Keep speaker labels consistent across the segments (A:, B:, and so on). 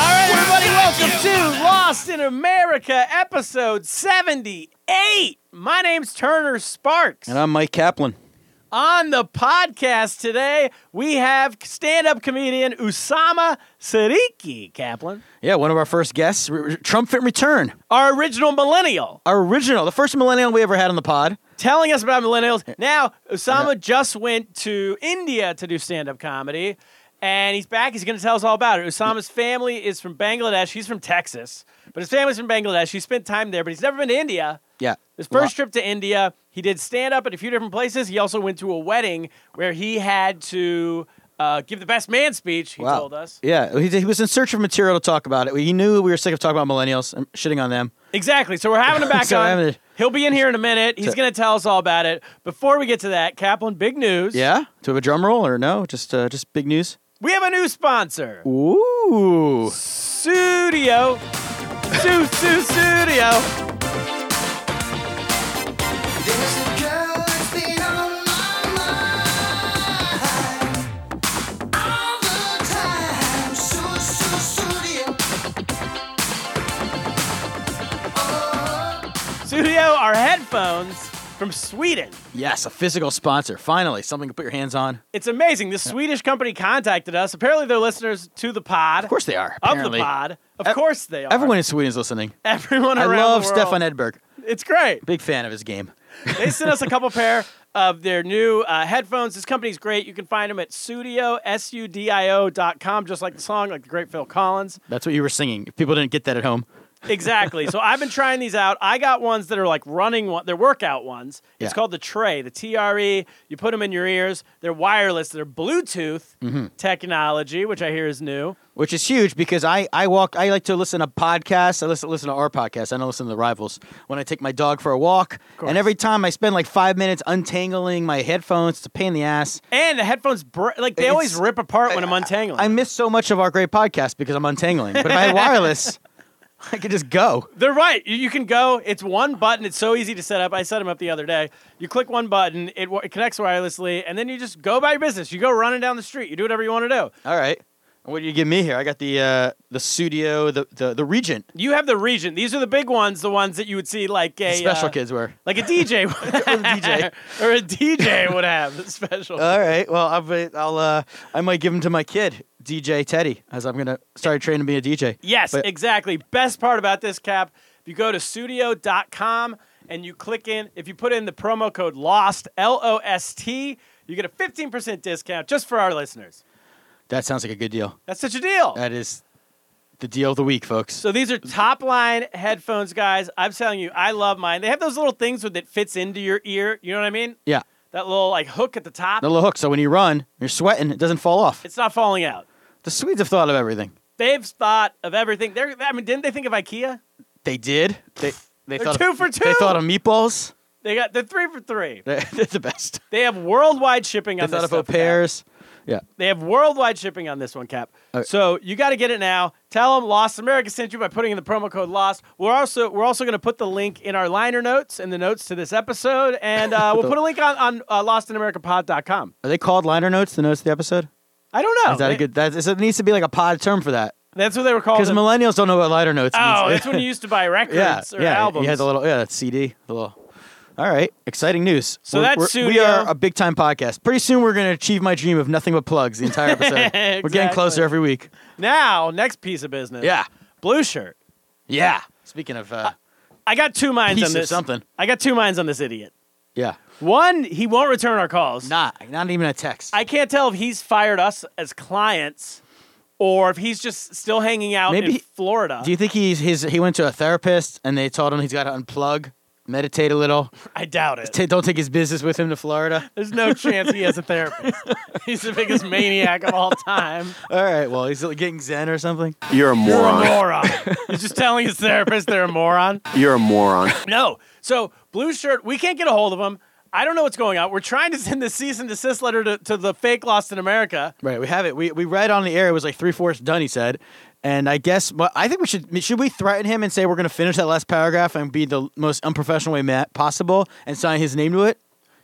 A: All right, everybody, welcome to Lost in America, episode 78. My name's Turner Sparks.
B: And I'm Mike Kaplan.
A: On the podcast today, we have stand up comedian Usama Sariki Kaplan,
B: Yeah, one of our first guests, R- R- Trump Fit Return,
A: our original millennial,
B: our original, the first millennial we ever had on the pod.
A: telling us about millennials. Now, Usama just went to India to do stand up comedy, and he's back. He's going to tell us all about it. Usama's family is from Bangladesh. He's from Texas, but his family's from Bangladesh. He spent time there, but he's never been to India.
B: Yeah.
A: His first trip to India, he did stand up at a few different places. He also went to a wedding where he had to uh, give the best man speech. He
B: Wow.
A: told us
B: Yeah, he, did- he was in search of material to talk about it. He knew we were sick of talking about millennials and shitting on them.
A: exactly. So we're having him back
B: So
A: on.
B: having it-
A: He'll be in here in a minute. He's
B: So-
A: going to tell us all about it. Before we get to that, Kaplan, big news.
B: Yeah? Do we have a drum roll or no? Just uh, just big news?
A: we have a new sponsor,
B: Ooh.
A: Studio. Su Su Studio.
C: There's a girl that's been on my mind all the time. So, so, so dear. Uh-huh.
A: Studio are headphones from Sweden.
B: Yes, a physical sponsor. Finally, something to put your hands on.
A: It's amazing. This Swedish company contacted us. Apparently, they're listeners to the pod.
B: Of course they are.
A: of the
B: apparently.
A: pod. Of
B: Ev-
A: course they are.
B: Everyone in Sweden is listening.
A: everyone
B: I
A: around
B: love
A: the world.
B: Stefan Edberg.
A: It's great.
B: Big fan of his game.
A: They sent us a couple pair of their new uh, headphones. This company's great. You can find them at studio s u d i o dot com, just like the song, like the great Phil Collins.
B: That's what you were singing. If people didn't get that at home.
A: Exactly. so I've been trying these out. I got ones that are like running one. They're workout ones. It's
B: Yeah.
A: called the Tray, the T R E. You put them in your ears. They're wireless. They're Bluetooth
B: Mm-hmm.
A: technology, which I hear is new.
B: which is huge because I, I walk I like to listen to podcasts. I listen listen to our podcast. I don't listen to the rivals when I take my dog for a walk. And every time I spend like five minutes untangling my headphones, it's a pain in the ass.
A: And the headphones, br- like they always
B: It's-
A: rip apart when I'm untangling.
B: I
A: them.
B: miss so much of our great podcast because I'm untangling. But if I had wireless, I could just go.
A: They're right. You, you can go. It's one button. It's so easy to set up. I set them up the other day. You click one button, it, wi- it connects wirelessly, and then you just go about your business. You go running down the street. You do whatever you want to do.
B: All right. What do you give me here? I got the uh, the studio, the, the the Regent
A: You have the Regent. These are the big ones, the ones that you would see like a
B: the special
A: uh,
B: kids were.
A: like a DJ,
B: DJ.
A: or a DJ would have the special.
B: All right. Well, I'll be- I'll uh, I might give them to my kid, DJ Teddy, as I'm gonna start training to be a DJ.
A: Yes,
B: But-
A: exactly. Best part about this cap, if you go to studio.com and you click in, if you put in the promo code LOST, L O S T, you get a 15% discount just for our listeners.
B: That sounds like a good deal.
A: That's such a deal.
B: That is the deal of the week, folks.
A: so these are top line headphones, guys. I'm telling you, I love mine. They have those little things with that fits into your ear. You know what I mean?
B: yeah,
A: That little like hook at the top.
B: the little hook. So when you run, you're sweating. It doesn't fall off.
A: It's not falling out.
B: the Swedes have thought of everything.
A: They've thought of everything. They're, I mean, didn't they think of IKEA?
B: They did. They they
A: They're
B: thought
A: two
B: of,
A: for
B: They
A: two.
B: thought of meatballs.
A: They got they're three for three.
B: They're, they're the best.
A: They have worldwide shipping
B: They
A: on this
B: thought of au
A: stuff, Cap.
B: pairs. Uh, Yeah.
A: They have worldwide shipping on this one, Cap.
B: Okay.
A: So you got to get it now. Tell them Lost America sent you by putting in the promo code Lost. We're also we're also going to put the link in our liner notes and the notes to this episode, and uh, we'll put a link on on uh, LostInAmericaPod.com.
B: Are they called liner notes? The notes of the episode.
A: I don't know.
B: Is that
A: Oh, They-
B: a good? That so it needs to be like a pod term for that
A: That's what they were called.
B: because millennials don't know what liner notes.
A: oh,
B: means.
A: that's when you used to buy records
B: yeah
A: or
B: yeah.
A: albums.
B: You had the little yeah that CD the little. All right, exciting news.
A: So
B: We're-
A: that's
B: we're- we
A: Studio.
B: are a big time podcast. Pretty soon we're going to achieve my dream of nothing but plugs the entire episode. We're getting
A: Exactly.
B: closer every week.
A: now, next piece of business.
B: Yeah.
A: Blue shirt.
B: Yeah. Speaking of, uh,
A: I got two minds
B: Piece
A: on
B: of
A: this.
B: something.
A: I got two minds on this idiot.
B: yeah,
A: One, he won't return our calls.
B: not not even a text.
A: I can't tell if he's fired us as clients or if he's just still hanging out
B: Maybe
A: in
B: he-
A: Florida.
B: Do you think he's his? He went to a therapist and they told him he's got to unplug meditate a little.
A: I doubt it.
B: Ta don't take his business with him to Florida.
A: There's no chance he has a therapist. He's the biggest maniac of all time.
B: All right, well, he's like, getting zen or something.
D: You're
A: You're a
D: a moron.
A: moron. He's just telling his therapist they're a moron.
D: You're a moron.
A: No. So blue shirt, we can't get a hold of him. I don't know what's going on. We're trying to send the cease and desist letter to, to the fake Lost in America.
B: Right, we have it. We we read on the air. It was like three fourths done. He said, and I guess. Well, I think we should should we threaten him and say we're going to finish that last paragraph and be the most unprofessional way ma- possible and sign his name to it.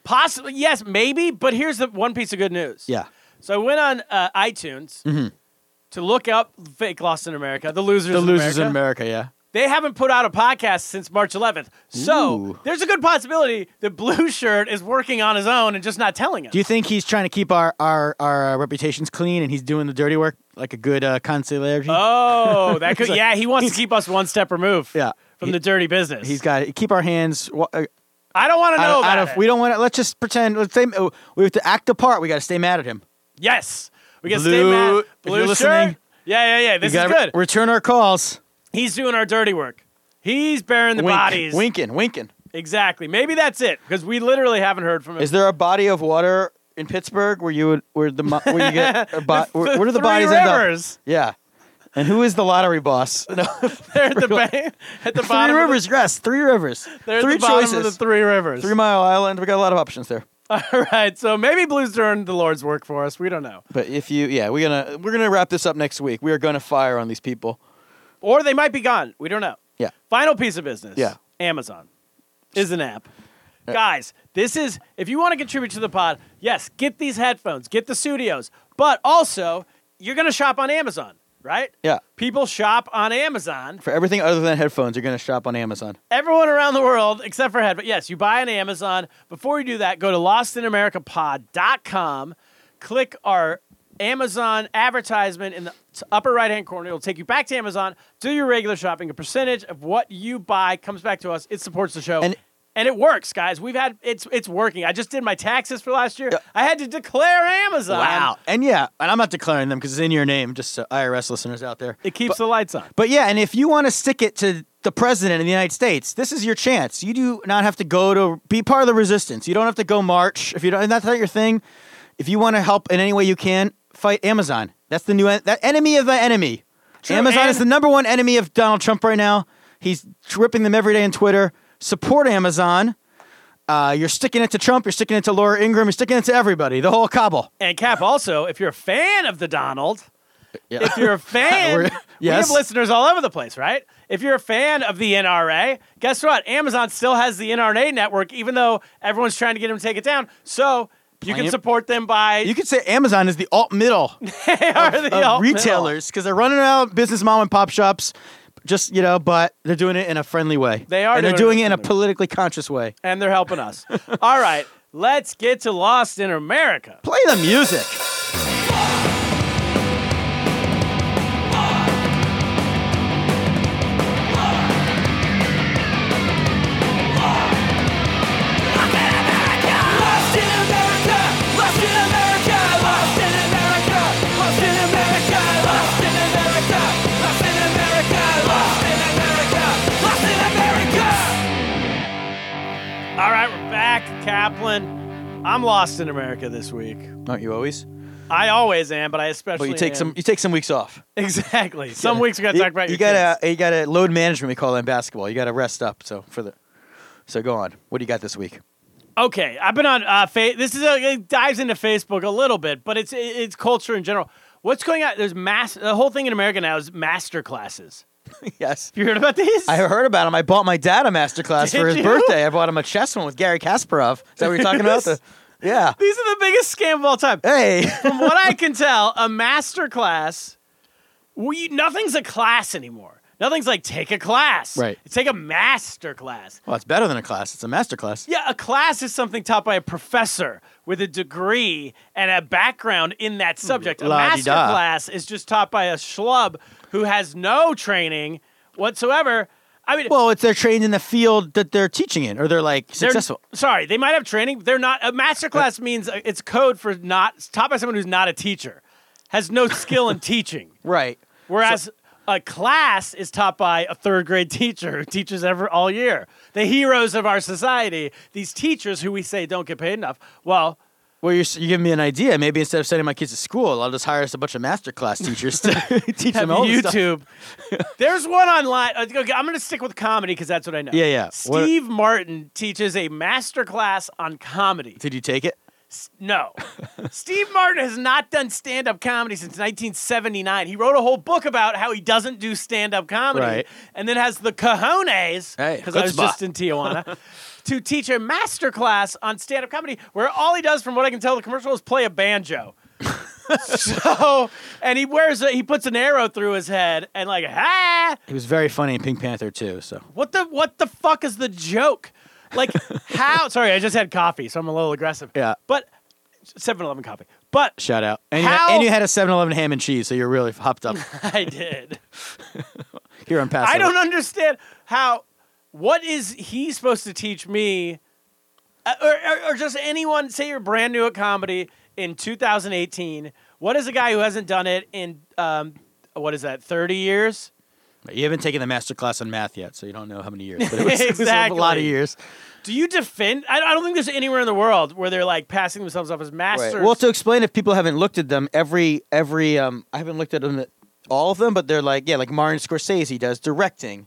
A: Possibly, yes, maybe. But here's the one piece of good news.
B: Yeah. Mm-hmm.
A: So I went on uh, iTunes to look up fake Lost in America, the losers,
B: The
A: in
B: losers
A: America.
B: in America. Yeah.
A: They haven't put out a podcast since March 11th. So
B: Ooh.
A: there's a good possibility that Blue Shirt is working on his own and just not telling us.
B: Do you think he's trying to keep our our our uh, reputations clean and he's doing the dirty work like a good uh, concierge?
A: oh, that could. yeah, he wants to keep us one step removed.
B: Yeah.
A: From
B: He-
A: the dirty business.
B: He's got to keep our hands. wa- uh,
A: I don't want to
B: Out
A: know
B: of,
A: about
B: out of-
A: it.
B: we don't want to. Let's just pretend. Let's stay, oh, we have to act the part. We got to stay mad at him.
A: Yes. We can stay
B: Blue-
A: mad.
B: if
A: Blue
B: you're
A: shirt.
B: listening,
A: yeah, yeah, yeah. This
B: we
A: is
B: gotta
A: good.
B: re- return our calls.
A: He's doing our dirty work. He's bearing the
B: Wink-
A: bodies.
B: Winking, winking.
A: Exactly. Maybe that's it because we literally haven't heard from him.
B: Is there a body of water in Pittsburgh where you would where the mo- where you get a bo- where, where do the
A: Three
B: bodies end up?
A: rivers.
B: Yeah. And who is the lottery boss? No,
A: They're at the ba- at the
B: three
A: bottom.
B: rivers. yes, three rivers.
A: Of the, they're at
B: three
A: the bottom
B: choices.
A: of the three rivers.
B: Three Mile Island. We got a lot of options there.
A: All right. So maybe Blue's doing the Lord's work for us. We don't know.
B: But if you, yeah, we're gonna we're gonna wrap this up next week. We are gonna fire on these people.
A: Or they might be gone. We don't know.
B: Yeah.
A: Final piece of business.
B: Yeah.
A: Amazon is an app. Guys, this is if you want to contribute to the pod, yes, get these headphones, get the studios, but also you're going to shop on Amazon, right?
B: Yeah.
A: People shop on Amazon.
B: For everything other than headphones, you're gonna shop on Amazon.
A: Everyone around the world except for headphones. Yes, you buy on Amazon. Before you do that, go to lostinamericapod.com, click our Amazon advertisement in the t- upper right hand corner. It'll take you back to Amazon. Do your regular shopping. A percentage of what you buy comes back to us. It supports the show.
B: And-
A: And it works, guys. We've had it's it's working. I just did my taxes for last year. I had to declare Amazon.
B: And yeah, and I'm not declaring them because it's in your name, just so IRS listeners out there.
A: It keeps the lights on.
B: But yeah, and if you want to stick it to the president of the United States, this is your chance. You do not have to go to be part of the resistance. You don't have to go march. If you don't, and that's not your thing. If you want to help in any way you can, fight Amazon. That's the new en- that enemy of the enemy. Amazon is
A: and-
B: the number one enemy of Donald Trump right now. He's ripping them every day on Twitter. Support Amazon. Uh, you're sticking it to Trump. You're sticking it to Laura Ingram. You're sticking it to everybody. The whole cabal.
A: And Cap, also, if you're a fan of the Donald,
B: Uh, Yeah.
A: if you're a fan,
B: We're-
A: we have
B: yes.
A: listeners all over the place, right? If you're a fan of the NRA, guess what? Amazon still has the NRA network, even though everyone's trying to get them to take it down. So you can
B: Plant-
A: support them by
B: You could say Amazon is the alt middle
A: they are the
B: of
A: alt-
B: retailers because they're running out of business mom and pop shops. Just you know, but they're doing it in a friendly way.
A: They are
B: and they're
A: doing
B: doing
A: it
B: it
A: in
B: in
A: a
B: a politically conscious way.
A: and they're helping us. all right, let's get to Lost in America.
B: Play the music.
E: Lost in America, lost in America, lost in America, lost in America, lost in America, lost in America, lost in America, lost in America.
A: All right, we're back, Kaplan. I'm lost in America this week.
B: Aren't you always?
A: I always am, but I especially
B: But you take
A: am.
B: some. You take some weeks off.
A: exactly. Some weeks we got to
B: You-
A: talk about
B: You
A: your
B: gotta. You gotta load management. We call that in basketball. You gotta rest up. So for the. So go on. What do you got this week?
A: Okay, I've been on uh, fa- this is a, it dives into Facebook a little bit, but it's it's culture in general. What's going on? There's mass the whole thing in America now is master classes.
B: yes.
A: You heard about these?
B: I heard about him. I bought my dad a masterclass
A: Did
B: for his
A: you?
B: birthday. I bought him a chess one with Gary Kasparov. Is that what you're talking about? The- yeah.
A: these are the biggest scam of all time.
B: Hey.
A: From what I can tell, a master class, we nothing's a class anymore. Nothing's like take a class.
B: Right.
A: It's like a master class.
B: well, it's better than a class. It's a masterclass.
A: Yeah, a class is something taught by a professor with a degree and a background in that subject. A master
B: Hmm, La-di-da.
A: class is just taught by a schlub who has no training whatsoever. I mean,
B: Well, it's they're trained in the field that they're teaching in, or they're like
A: they're-
B: successful.
A: Sorry, they might have training. They're not. A master class means uh, it's code for not taught by someone who's not a teacher, has no skill in teaching.
B: Right.
A: Whereas a class is taught by a third grade teacher who teaches ever all year. The heroes of our society, these teachers who we say don't get paid enough. Well,
B: Well, you're, s- you're giving me an idea. Maybe instead of sending my kids to school, I'll just hire us a bunch of master class teachers to teach them
A: have
B: all this stuff.
A: YouTube. There's one online. uh, Okay, I'm going to stick with comedy because that's what I know.
B: Yeah, yeah. What-
A: Steve Martin teaches a master class on comedy.
B: Did you take it?
A: No. Steve Martin has not done stand up comedy since 1979. He wrote a whole book about how he doesn't do stand up comedy
B: Right.
A: and then has the cojones,
B: Hey,
A: because I was
B: chutzpah.
A: just in Tijuana, to teach a master class on stand up comedy where all he does, from what I can tell, the commercial is play a banjo. so, and he wears a, he puts an arrow through his head and like, ah,
B: He was very funny in Pink Panther too. So
A: what the what the fuck is the joke? Like how? Sorry, I just had coffee, so I'm a little aggressive.
B: Yeah.
A: but 7-Eleven coffee. But
B: shout out. And, you had,
A: How-
B: and you had a 7-Eleven ham and cheese, so you're really hopped up
A: I did.
B: here on Paso.
A: I don't understand how. What is he supposed to teach me, Uh, or, or, or just anyone? Say you're brand new at comedy in 2018. What is a guy who hasn't done it in um, what is that 30 years?
B: You haven't taken the master class on math yet, so you don't know how many years. But it was, it was
A: Exactly.
B: a lot of years.
A: Do you defend? I, I don't think there's anywhere in the world where they're like passing themselves off as masters.
B: Well, to explain if people haven't looked at them, every every um, I haven't looked at them all of them, but they're like yeah, like Martin Scorsese does directing.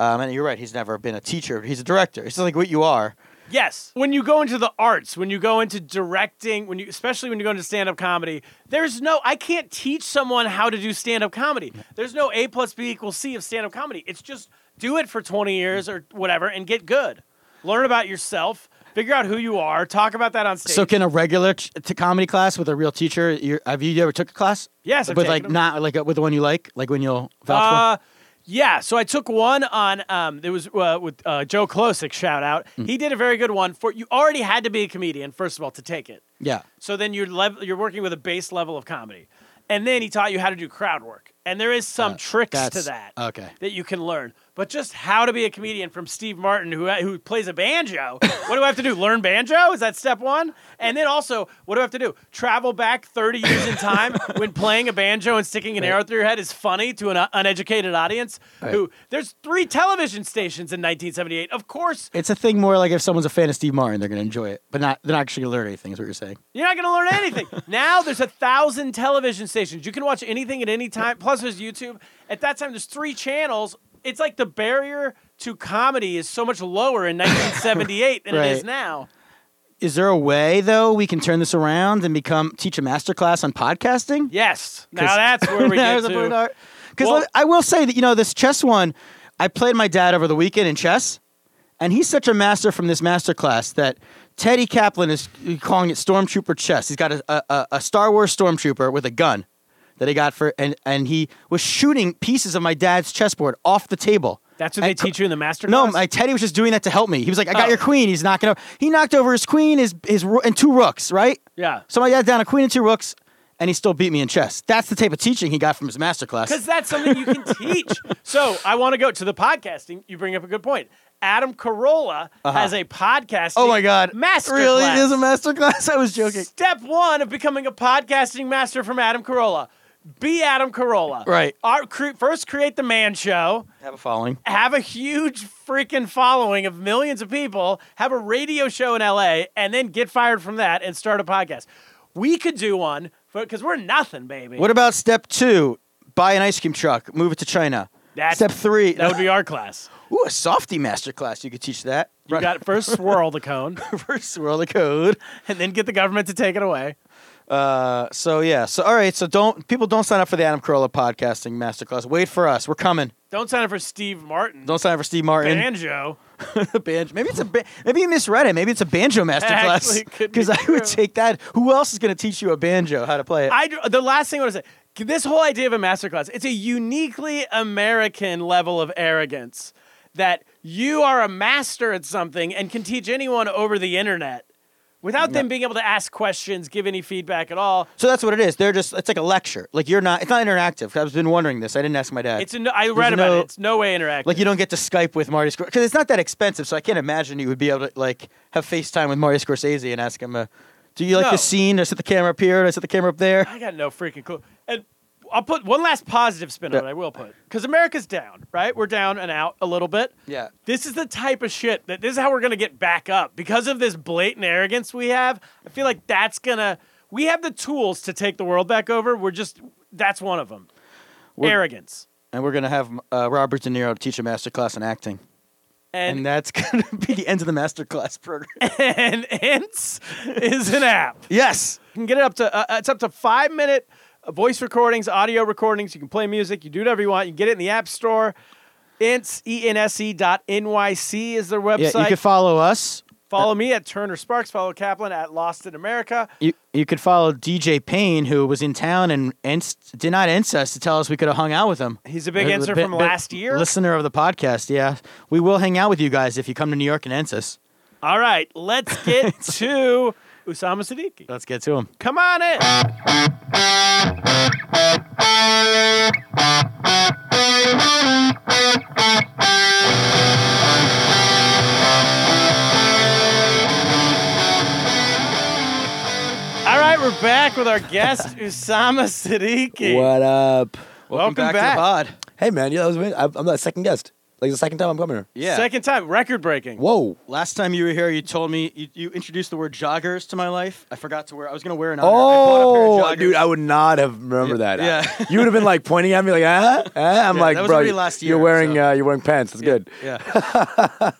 B: Um, and you're right, he's never been a teacher. He's a director. It's like what you are.
A: Yes. When you go into the arts, when you go into directing, when you especially when you go into stand-up comedy, there's no I can't teach someone how to do stand-up comedy. There's no A plus B equals C of stand-up comedy. It's just do it for 20 years or whatever and get good. Learn about yourself, figure out who you are, talk about that on stage.
B: So can a regular t- t- comedy class with a real teacher? You're, have you ever took a class?
A: Yes, I've
B: but
A: taken
B: like
A: them.
B: not like uh, with the one you like, like when you'll vouch
A: Uh, yeah, so I took one on. Um, there was uh, with uh, Joe Klosik. Shout out! He did a very good one. For you already had to be a comedian first of all to take it.
B: for. Yeah,
A: So then you're lev- you're working with a base level of comedy, and then he taught you how to do crowd work. And there is some tricks to
B: Uh, that's-
A: that
B: okay.
A: that you can learn. But just how to be a comedian from Steve Martin, who who plays a banjo. what do I have to do? Learn banjo? Is that step one? And then also, what do I have to do? Travel back 30 years in time when playing a banjo and sticking an arrow through your head is funny to an uh, uneducated audience. Who there's three television stations in 1978. Of course,
B: it's a thing more like if someone's a fan of Steve Martin, they're gonna enjoy it, but not they're not actually gonna learn anything. Is what you're saying?
A: You're not going to learn anything. now there's a thousand television stations. You can watch anything at any time. Plus, there's YouTube. At that time, there's three channels. It's like the barrier to comedy is so much lower in 1978 than it is
B: Right.
A: now.
B: Is there a way though we can turn this around and become teach a master class on podcasting?
A: Yes. Now that's where we get to.
B: Because
A: Well-
B: I will say that you know this chess one, I played my dad over the weekend in chess, and he's such a master from this master class that Teddy Kaplan is calling it stormtrooper chess. He's got a, a- a, a Star Wars stormtrooper with a gun that he got for, and and he was shooting pieces of my dad's chessboard off the table.
A: That's what they
B: And co-
A: teach you in the master
B: No,
A: class?
B: my Teddy was just doing that to help me. He was like, "I got
A: Oh.
B: your queen." He's knocking over. He knocked over his queen, his his roo- and two rooks, right?
A: Yeah.
B: So my dad's down a queen and two rooks, and he still beat me in chess. That's the type of teaching he got from his master
A: Because
B: class.
A: that's something you can teach. So I want to go to the podcasting. You bring up a good point. Adam Carolla has a podcasting.
B: Uh-huh. Oh my god,
A: master
B: Really, it is
A: class.
B: a master class. I was joking.
A: Step one of becoming a podcasting master from Adam Carolla. Be Adam Carolla.
B: Right.
A: Our, cre- first, create the man show.
B: Have a following.
A: Have a huge freaking following of millions of people. Have a radio show in LA, and then get fired from that and start a podcast. We could do one because we're nothing, baby.
B: What about step two? Buy an ice cream truck, move it to China.
A: That's-
B: step three.
A: that would be our class.
B: Ooh, a softy master class. You could teach that.
A: You got first swirl the cone,
B: first swirl the code.
A: and then get the government to take it away.
B: Uh, so yeah. So all right. So don't people don't sign up for the Adam Carolla podcasting masterclass. Wait for us. We're coming.
A: Don't sign up for Steve Martin.
B: Don't sign up for Steve Martin.
A: banjo.
B: banjo. Maybe it's a ba- maybe you misread it. Maybe it's a banjo
A: Actually,
B: masterclass.
A: it could be
B: Because I
A: true.
B: would take that. Who else is going to teach you a banjo how to play it?
A: I d- the last thing I want to say. This whole idea of a masterclass, it's a uniquely American level of arrogance that you are a master at something and can teach anyone over the internet without them being able to ask questions, give any feedback at all.
B: so that's what it is. They're just it's like a lecture. Like you're not. It's not interactive. I've been wondering this. I didn't ask my dad.
A: It's a no, I read about
B: no-
A: it. It's no way interactive.
B: like you don't get to Skype with Marty Scorsese because it's not that expensive. So I can't imagine you would be able to like have FaceTime with Marty Scorsese and ask him, uh, "Do you like
A: No.
B: the scene? Do I set the camera up here? Do I set the camera up there?"
A: I got no freaking clue. And I'll put one last positive spin on it. I will put because America's down, right? We're down and out a little bit.
B: Yeah.
A: This is the type of shit that this is how we're gonna get back up because of this blatant arrogance we have. I feel like that's gonna. We have the tools to take the world back over. We're just that's one of them.
B: We're-
A: arrogance.
B: And we're gonna have uh, Robert De Niro teach a master class in acting,
A: And
B: and that's gonna be the end of the master class program.
A: and Ents is an app.
B: yes.
A: You can get it up to uh, uh, it's up to five minute uh, voice recordings, audio recordings. You can play music. You do whatever you want. You can get it in the app store. Ints E N S E dot N Y C is their
B: Yeah,
A: website.
B: you could follow us.
A: follow me at Turner Sparks. Follow Kaplan at Lost in America.
B: You you could follow DJ Payne, who was in town and inst- did not inst us to tell us we could have hung out with him.
A: He's a big
B: Uh,
A: answer
B: bi-
A: from
B: bi-
A: last year.
B: Listener of the podcast, yeah. We will hang out with you guys if you come to New York and ents us.
A: All right, let's get to Usama
D: Uh,
A: Siddiqui.
B: Let's get to him.
A: Come on in. All right, we're back with our guest Usama Siddiqui.
D: What up?
A: Welcome back to the
B: to the pod.
D: Hey, man. Yeah, that was me. I'm I'm the second guest. Like the second time I'm coming here.
B: Yeah.
A: Second time, record breaking.
D: Whoa.
B: Last time you were here, you told me you, you introduced the word joggers to my life. I forgot to wear. I was gonna wear an.
D: Oh,
B: I bought a pair of joggers.
D: dude, I would not have remembered that.
B: yeah.
D: you would have been like pointing at me, like, ah, ah. I'm
B: Yeah,
D: like,
B: that was
D: bro,
B: already
D: you-
B: last year,
D: you're wearing
B: so-
D: uh, you're wearing pants. That's good.
B: yeah.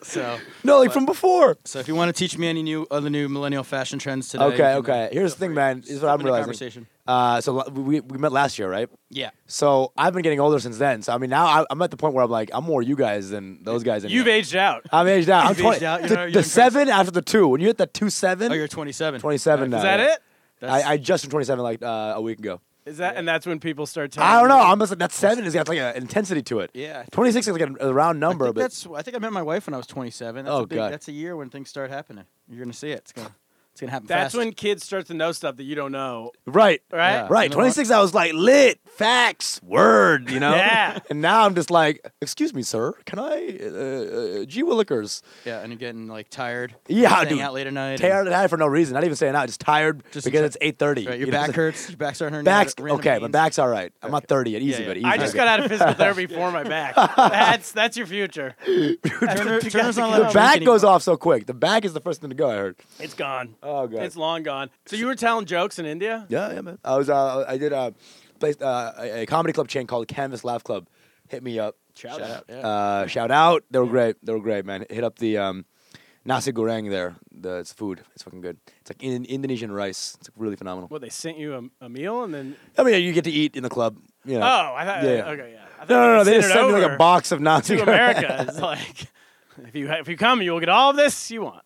B: so,
D: No, like from before.
B: so if you want to teach me any new other new millennial fashion trends today, you
D: Okay,
B: can, uh,
D: okay. Here's the thing, man. This is
B: Step
D: what I'm
B: in the
D: realizing.
B: conversation.
D: Uh, so l- we we met last year, right?
B: Yeah.
D: So I've been getting older since then. So I mean, now I, I'm at the point where I'm like, I'm more you guys than those guys. in
A: You've
D: here.
A: aged out.
D: I'm aged out. I'm
B: You've
D: 20,
B: aged out. You're
D: the,
B: not- you're
D: the
B: in prison.
D: seven after the two. When you hit that two seven,
B: Oh, you're 27.
D: 27 now.
A: Is that
D: yeah.
A: it?
B: That's-
D: I, I just turned 27 like uh, a week ago.
A: Is that and that's when people start telling
D: I don't
A: you-
D: know. I'm just, that seven has got like an intensity to it.
B: Yeah.
D: 26 is like a, a round
B: I
D: number,
B: think
D: but
B: that's. I think I met my wife when I was 27. That's
D: Oh,
B: a big,
D: God.
B: That's a year when things start happening. You're gonna see it. It's gonna. It's gonna happen.
A: That's
B: fast.
A: when kids start to know stuff that you don't know,
D: right,
A: right?
B: Yeah.
D: right.
B: You know what?
D: 26, I was like lit, facts, word, you know.
A: Yeah.
D: And now I'm just like, excuse me, sir, can I, uh, uh, G Willikers,
B: Yeah, and you're getting like tired.
D: Yeah,
B: staying
D: dude.
B: out late at night. and-
D: tired at night for no reason, not even saying out, just tired
B: Just
D: because
B: ti-
D: it's 8:30.
B: Right, your
D: you know?
B: back hurts. Your back's starting hurting.
D: Back's
B: you're in the
D: okay, my
B: veins.
D: back's all right. I'm not 30 yet, easy,
B: yeah.
D: but easy.
A: I just
D: Okay.
A: got out of physical therapy for my back. That's that's your future.
B: Turner,
A: You
B: Turner's
A: got
B: not
A: the
B: allowed to
D: The
A: drink
D: back
B: anymore.
D: goes off so quick. The back is the first thing to go. I heard.
A: It's gone.
D: Oh god.
A: It's long gone. So you were telling jokes in India?
D: Yeah, yeah, man. I was uh, I did uh, placed uh, a, a comedy club chain called Canvas Laugh Club. Hit me up.
B: Shout out, yeah.
D: Uh, shout out. They were great. They were great, man. Hit up the um, nasi goreng there. The it's food. It's fucking good. It's like in, Indonesian rice. It's like, really phenomenal.
A: What they sent you a, a meal and then?
D: I mean, you get to eat in the club. You
A: Oh,
D: know.
A: I thought.
D: Yeah, yeah.
A: Okay, yeah. I thought
D: No, no, no. They
A: sent
D: just
A: it
D: send me like
A: over
D: a box of nasi
A: to
D: goreng.
A: America. It's like if you if you come, you will get all of this you want.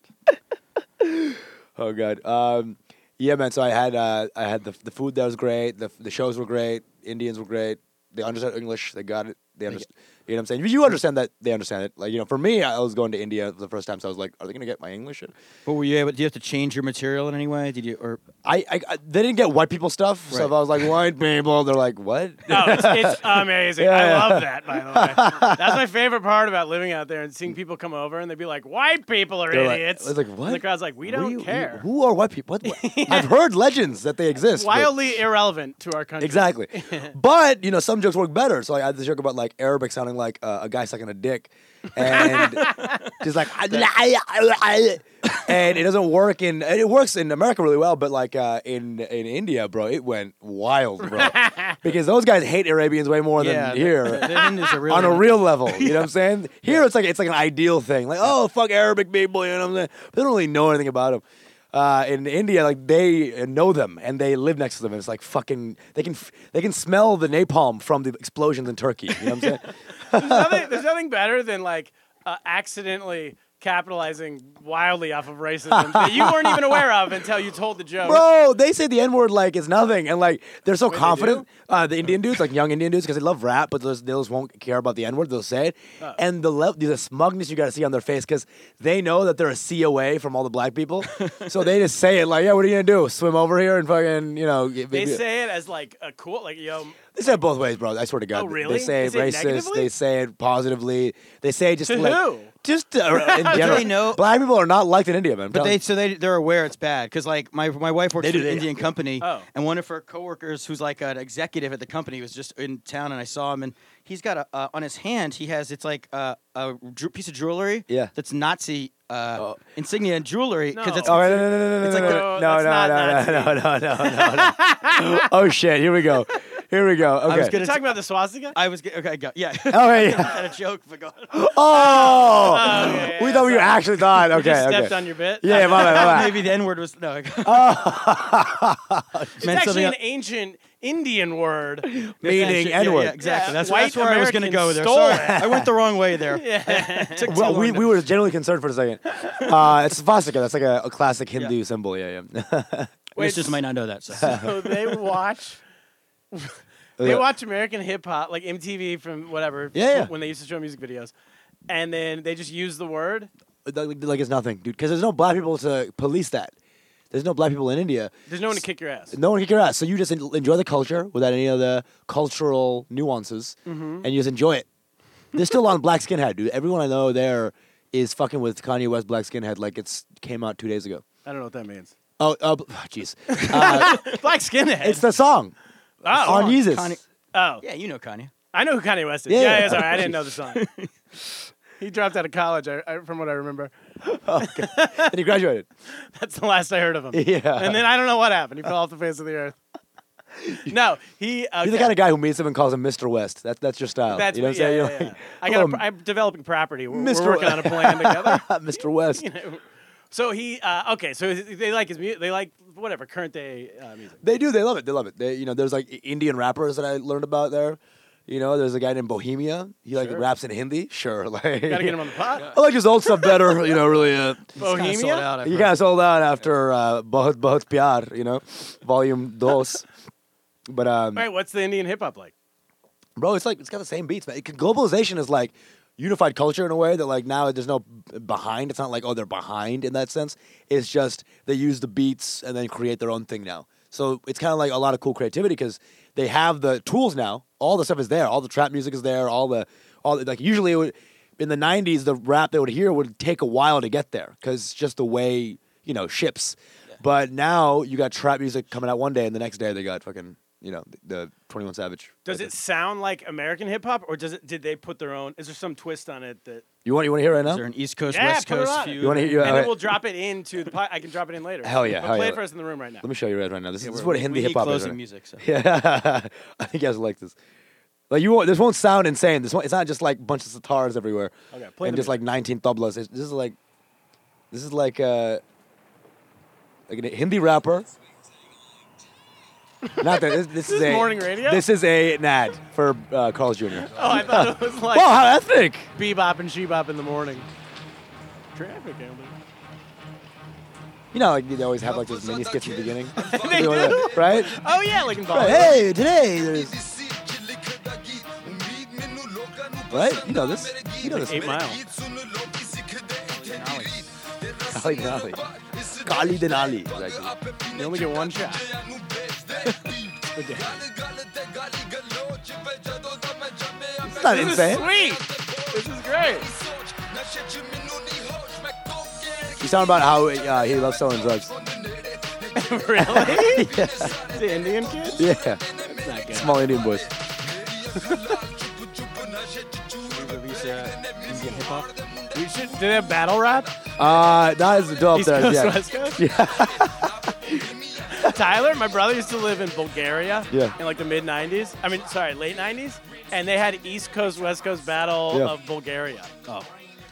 D: Oh god. Um, yeah, man. So I had uh, I had the the food that was great. The the shows were great. Indians were great. They understood English. They got it. They understand. You know what I'm saying? You understand that they understand it. Like you know, for me, I was going to India for the first time, so I was like, are they gonna get my English?
B: But were you able? Do you have to change your material in any way? Did you or
D: I, I, I they didn't get white people stuff, so if
B: Right.
D: I was like white people, they're like what?
A: Oh, it's, it's amazing. I
D: Yeah.
A: love that. By the way, that's my favorite part about living out there and seeing people come over and they'd be like, "White people are
D: They're like-
A: idiots."
D: it's like,
A: And the
D: what?
A: crowd's like, "We don't
D: What do you-
A: care."
D: Who are white people? What, I've heard legends that they exist. but-
A: Wildly irrelevant to our country.
D: Exactly. but, you know, some jokes work better. So like, I had this joke about like Arabic sounding like uh, a guy sucking a dick. And just like, and it doesn't work in, and it works in America really well, but like uh, in in India, bro, it went wild, bro. because those guys hate Arabians way more
B: Yeah,
D: than
B: the-
D: here.
B: the Indians are really
D: on a real level, you know what I'm saying? Here it's like it's like an ideal thing, like oh fuck Arabic people, you know what I'm saying? But they don't really know anything about them. Uh, in India, like they know them and they live next to them, and it's like fucking they can f- they can smell the napalm from the explosions in Turkey. You know what I'm saying?
A: nothing, there's nothing better than like uh, accidentally capitalizing wildly off of racism that you weren't even aware of until you told the joke.
D: Bro, they say the N word like it's nothing, and like they're so
A: do?
D: confident. uh, the Indian dudes, like young Indian dudes, because they love rap, but those those won't care about the N word. They'll say it, and the le- the smugness you got to see on their face because they know that they're a C away from all the black people, so they just say it like, yeah, what are you gonna do? Swim over here and fucking, you know. get-
A: They
D: get-
A: say it as like a cool, like yo,
D: They say it both ways, bro. I swear to God.
A: Oh, really?
D: They say
A: Is it
D: racist.
A: negatively?
D: They say it positively. They say it just
A: To
D: like
A: who?
D: just uh, in general.
B: they know-
D: Black people are not liked in India, man. I'm
B: But
D: telling
B: they
D: you.
B: so they they're aware it's bad because like my my wife works
D: They
B: for an
D: do, they do.
B: Indian company
A: Oh.
B: and one of her coworkers who's like an executive at the company was just in town and I saw him and he's got a uh, on his hand he has it's like uh, a ju- piece of jewelry
D: Yeah.
B: that's Nazi uh,
D: Oh.
B: insignia and jewelry because
A: No.
B: it's
D: Oh, wait, no, no, no, no,
B: It's like
D: no,
B: the-
D: no,
A: that's not
D: no, no, no, no, no, no, no, no. Oh shit! Here we go. Here we go. Okay.
B: I was
A: You're
B: gonna
A: talking about the swastika?
B: I was g- okay I got yeah
D: Oh, wait.
B: had a joke but go
D: oh,
A: yeah,
D: we
A: yeah,
D: thought we were
A: sorry.
D: actually thought. Okay,
A: you just stepped
D: okay.
A: on your bit.
D: Yeah, my bad, my bad.
B: maybe the N word was no
D: Oh.
A: it's actually an ancient Indian word.
D: Meaning N-word.
B: yeah, exactly
A: Yeah,
B: that's, that's
A: white
B: where I was gonna go with there
A: Americans stole
B: sorry I went the wrong way there
A: yeah.
D: Well, we, we were generally concerned for a second. Uh, it's swastika. That's like a, a classic Hindu symbol. Yeah, yeah.
A: Wait,
B: listeners might not know that so.
A: so they watch. They watch American hip hop, like MTV from whatever,
D: Yeah, yeah.
A: when they used to show music videos, and then they just use the word.
D: like, like it's nothing, dude. Because there's no black people to police that. There's no black people in India.
A: There's no one to kick your ass.
D: No one can kick your ass. So you just en- enjoy the culture without any of the cultural nuances,
A: Mm-hmm.
D: and you just enjoy it. They're still on black skinhead, dude. Everyone I know there is fucking with Kanye West black skinhead. Like it's came out two days ago.
A: I don't know what that means.
D: Oh, uh, b- jeez. uh,
A: Black skinhead.
D: it's the song
A: oh,
D: on Jesus.
B: Kanye-
A: oh,
B: yeah you know Kanye
A: I know who Kanye West is.
D: Yeah,
A: Yeah,
D: yeah.
A: yeah, sorry, I didn't know the song. he dropped out of college, I, I, from what I remember.
D: and he graduated.
A: That's the last I heard of him.
D: Yeah.
A: And then I don't know what happened. He fell off the face of the earth. No, he. Okay.
D: You're the kind of guy who meets him and calls him Mr. West. That's that's your style.
A: That's
D: you know what I'm
A: yeah,
D: saying?
A: yeah,
D: You're
A: yeah.
D: like,
A: I got. A,
D: "Hello,
A: pr- I'm developing property. We're,
D: Mr.
A: we're working on a plan together.
D: uh, Mr. West.
A: So he. Uh, okay. So they like his music. They like whatever current day uh, music.
D: They do. They love it. They love it. They, you know, there's like I- Indian rappers that I learned about there. You know, there's a guy named Bohemia. He like
A: Sure.
D: raps in Hindi. Sure, like
A: Gotta get him on the pot.
D: I like his old stuff better. You know, really. Uh,
A: Bohemia.
B: sold out I've
D: he
B: heard.
D: kind of sold out after uh, Bahut Bahut Pyar. You know, Volume Dos. But um,
A: All right. What's the Indian hip hop like?
D: bro, it's like it's got the same beats, man. It, could- globalization is like unified culture in a way that like now there's no b- behind. It's not like oh they're behind in that sense. It's just they use the beats and then create their own thing now. So it's kind of like a lot of cool creativity because they have the tools now. All the stuff is there. All the trap music is there. All the all the, like usually it would, in the '90s the rap they would hear would take a while to get there because just the way you know ships. But now you got trap music coming out one day and the next day they got fucking you know the 21 Savage.
A: Does
D: Like,
A: it sound like American hip hop, or does it? Did they put their own? Is there some twist on it that?
D: You want you want to hear it right
B: Is there
D: now?
B: an East Coast,
A: Yeah,
B: West
A: put it
B: Coast
A: on.
B: feud?
D: You want to hear? You,
A: and
D: all
A: then
D: right.
A: we'll drop it into the. Po- I can drop it in later.
D: Hell yeah,
A: But
D: hell
A: play
D: yeah.
A: it for us in the room right now.
D: Let me show you right right now. This,
B: Yeah,
D: this is
B: we're-
D: what Hindi
B: we need
D: hip hop is.
B: closing
D: right now.
B: music. So.
D: Yeah, I think you guys will like this. Like you, won't, this won't sound insane. This won't, it's not just like bunch of sitars everywhere
A: Okay, play the
D: and just like 19 tablas. It's- This is like, this is like uh, like a Hindi rapper. Not that this, this is
A: is
D: a
A: morning radio?
D: This is a an ad for uh, Carl's Jr. Wow,
A: Oh, I thought it was like
D: how ethnic!
A: bebop and shebop in the morning. Traffic, Amber.
D: You know, like, they always have like those mini skits in the beginning,
A: They do.
D: right?
A: Oh yeah, like in Bali.
D: Hey, today there's What? You know this? You know this?
A: Eight Mile.
D: Ali Denali. Kali Denali. Exactly.
A: You only get one shot.
D: It's not
A: This
D: insane.
A: is sweet. This is great.
D: You sound about how uh, he loves selling drugs.
A: really? The Indian kid?
D: Yeah.
A: Not good.
D: Small Indian boys.
B: uh,
A: Indian hip hop. We should do they have battle rap?
D: Uh, that is dope.
A: East Coast,
D: yeah.
A: West Coast. Yeah. Tyler, my brother used to live in Bulgaria.
D: Yeah.
A: In like the mid '90s. I mean, sorry, late '90s, and they had East Coast West Coast battle
D: Yeah.
A: of Bulgaria.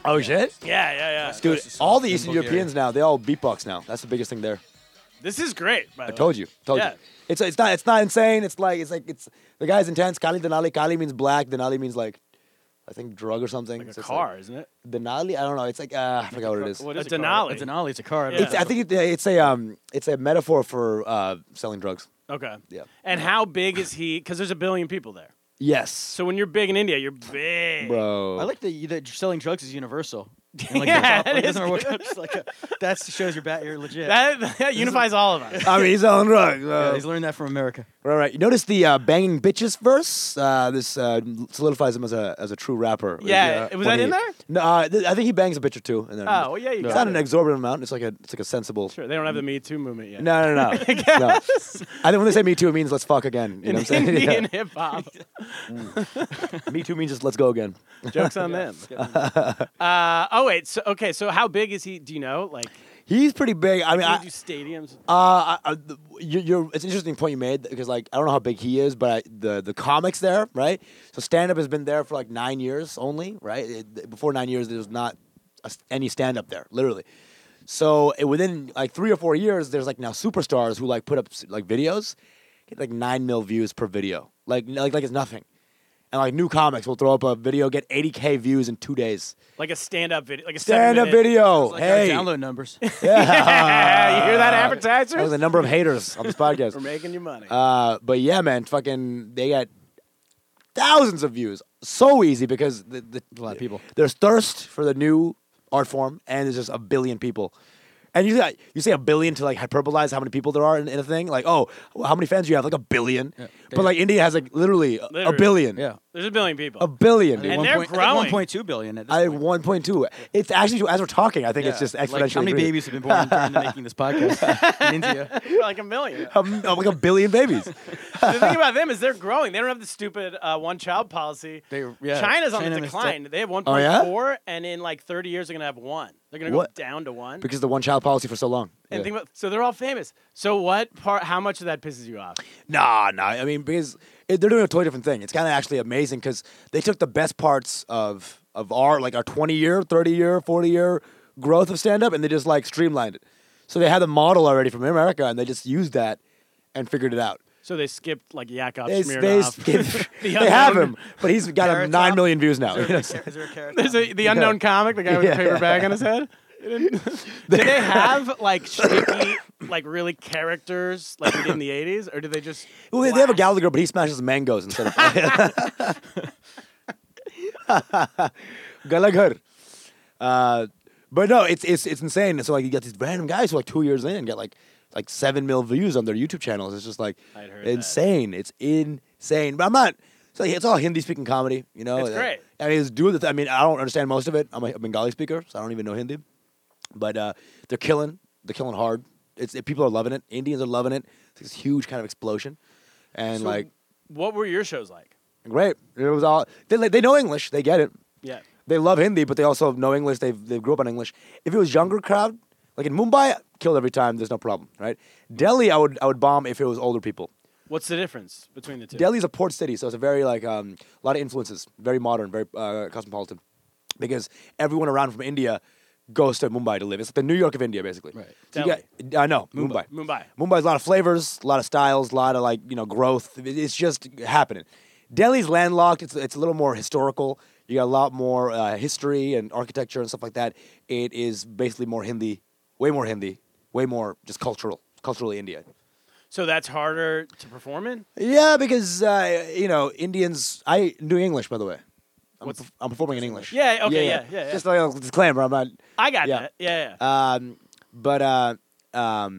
D: Oh shit,
A: Yeah, yeah, yeah.
D: dude!
B: is
D: All the
B: in
D: Eastern
B: Bulgaria.
D: Europeans now they all beatbox now. That's the biggest thing there.
A: This is great. By the
D: I told you. Told
A: Oh. Yeah.
D: you. It's it's not it's not insane. It's like it's like it's the guy's intense. Kali Denali. Kali means black. Denali means like, I think drug or something.
A: Like
D: So
A: a
D: it's
A: car, isn't it?
D: Denali. I don't know. It's like uh, I forgot what it is.
A: a
B: it called?
A: Denali.
B: It's an Ollie. It's a car. I don't
A: Yeah.
D: It's, I think it, it's a um, it's a metaphor for uh, selling drugs.
A: Okay.
D: Yeah.
A: And how big is he? Because there's a billion people there.
D: Yes,
A: So when you're big in India, you're big.
D: bro.
B: know. I like the that selling drugs is universal. And, like,
A: Yeah,
B: the top
A: it
B: one
A: is
B: doesn't work out. Just like a- that's- shows your bat. You're legit.
A: That, that unifies all of us.
D: I mean, he's on drugs.
B: Yeah,
D: uh,
B: he's learned that from America.
D: Right, right. You notice the uh, banging bitches verse. Uh, this uh, solidifies him as a as a true rapper.
A: Yeah,
D: Uh,
A: was that
D: when
A: in
D: he-
A: there?
D: No, uh, th- I think he bangs a bitch or two. And then
A: Oh, well, yeah, you
D: it's
A: got
D: not an
A: it.
D: exorbitant amount. It's like a it's like a sensible.
A: Sure, they don't have the Me Too movement yet.
D: No, no, no. no. I think when they say me too, it means let's fuck again. You know what I'm saying?
A: Indian
D: Yeah.
A: hip hop.
D: Me too means just let's go again.
A: Jokes on them. Uh, oh wait. So okay. So how big is he? Do you know? Like,
D: He's pretty big. I mean,
A: do
D: I,
A: you do stadiums?
D: Uh, I, I, the- you, you're, it's an interesting point you made because like I don't know how big he is, but I, the the comics there, right? So stand up has been there for like nine years only, right? It- before nine years, there was not a s any stand up there, literally. So it, within like three or four years, there's like now superstars who like put up s- like videos, get like nine mil views per video, like like like it's nothing, and like new comics will throw up a video, get 80k views in two days.
A: Like a stand-up video? Like a
D: Stand up
A: seven-minute-
D: video,
B: Like our
D: Oh, hey,
B: download numbers.
A: Yeah, you hear that,
D: Uh, that was
A: advertisers?
D: the number of haters on this podcast.
A: We're making you money.
D: Uh, but yeah, man, fucking, they got thousands of views. So easy because the, the, a
B: lot of people.
D: There's thirst for the new art form, and there's just a billion people. And you say, you say a billion to like hyperbolize how many people there are in, in a thing. Like, oh, well, how many fans do you have? Like a billion. but like India has like literally, a- a
A: Literally.
D: billion.
B: yeah.
A: There's a billion people.
D: A billion.
A: And
D: dude.
A: one- they're
B: point,
A: growing.
B: 1.2 billion at this
D: I
B: point.
D: 1.2. It's actually, as we're talking, I think it's
B: Yeah.
D: just exponentially.
B: Like how many
D: increasing.
B: babies have been born during the making of this podcast in India?
A: like a million.
D: Um, like a billion babies.
A: the thing about them is they're growing. They don't have the stupid uh, one-child policy.
B: They- yeah,
A: China's on
B: China
A: the
B: messed up.
A: decline. They have 1.4,
D: Oh, yeah?
A: and in like 30 years, they're gonna have one. They're gonna go
D: What?
A: down to one.
D: because of the one child policy for so long.
A: and
D: Yeah.
A: think about, so they're all famous. So what part? How much of that pisses you off?
D: Nah, nah. I mean, because it, they're doing a totally different thing. It's kind of actually amazing because they took the best parts of of our like our twenty year, thirty year, forty year growth of stand up, and they just like streamlined it. So they had the model already from America, and they just used that and figured it out.
A: So they skipped like Yakov
D: They, they,
A: Smirnoff.
D: they have
A: unknown-
D: him, but he's got
B: Carrot
D: him nine
B: Top?
D: million views now.
B: Is there- is there a character?
A: There's a, the unknown comic, the guy with
D: Yeah.
A: the paper bag on his head. Do they have like shaky, like really characters like we did in the '80s, or do they just?
D: Well, they- they have a
A: Wow.
D: Gallagher, but he smashes mangoes instead of Gallagher. Uh, but no, it's it's it's insane. So like you got these random guys who like two years in and get like like seven mil views on their YouTube channels. It's just like
A: I'd heard that.
D: insane. It's insane. But I'm not. It's like it's all Hindi speaking comedy. You know,
A: It's great.
D: I mean, it's doing the. Th- I mean, I don't understand most of it. I'm a Bengali speaker, so I don't even know Hindi. But uh, they're killing. They're killing hard. It's it, people are loving it. Indians are loving it. It's this huge kind of explosion, and
A: So
D: like
A: what were your shows like?
D: great. It was all they like, they know English. They get it.
A: Yeah,
D: They love Hindi, but they also know English. They they grew up on English. If it was younger crowd, like in Mumbai, killed every time. There's no problem, right? Delhi, I would I would bomb if it was older people.
A: what's the difference between the two?
D: Delhi's a port city, so it's a very like um, a lot of influences, very modern, very uh, cosmopolitan, because everyone around from India goes to Mumbai to live. It's like the New York of India, basically.
B: Right.
D: So you got- I know Mumbai.
A: Mumbai.
D: Mumbai's a lot of flavors, a lot of styles, a lot of like you know growth. It- It's just happening. Delhi's landlocked. It's it's a little more historical. You got a lot more uh, history and architecture and stuff like that. It is basically more Hindi, way more Hindi, way more just cultural, culturally India.
A: So that's harder to perform in.
D: Yeah, because uh, you know Indians. I do English, by the way. I'm, perf- I'm performing in English.
A: Yeah, okay, yeah, yeah, yeah.
D: Just like a disclaimer, I'm not.
A: I got
D: Yeah.
A: that. Yeah, yeah.
D: Um, but uh, um,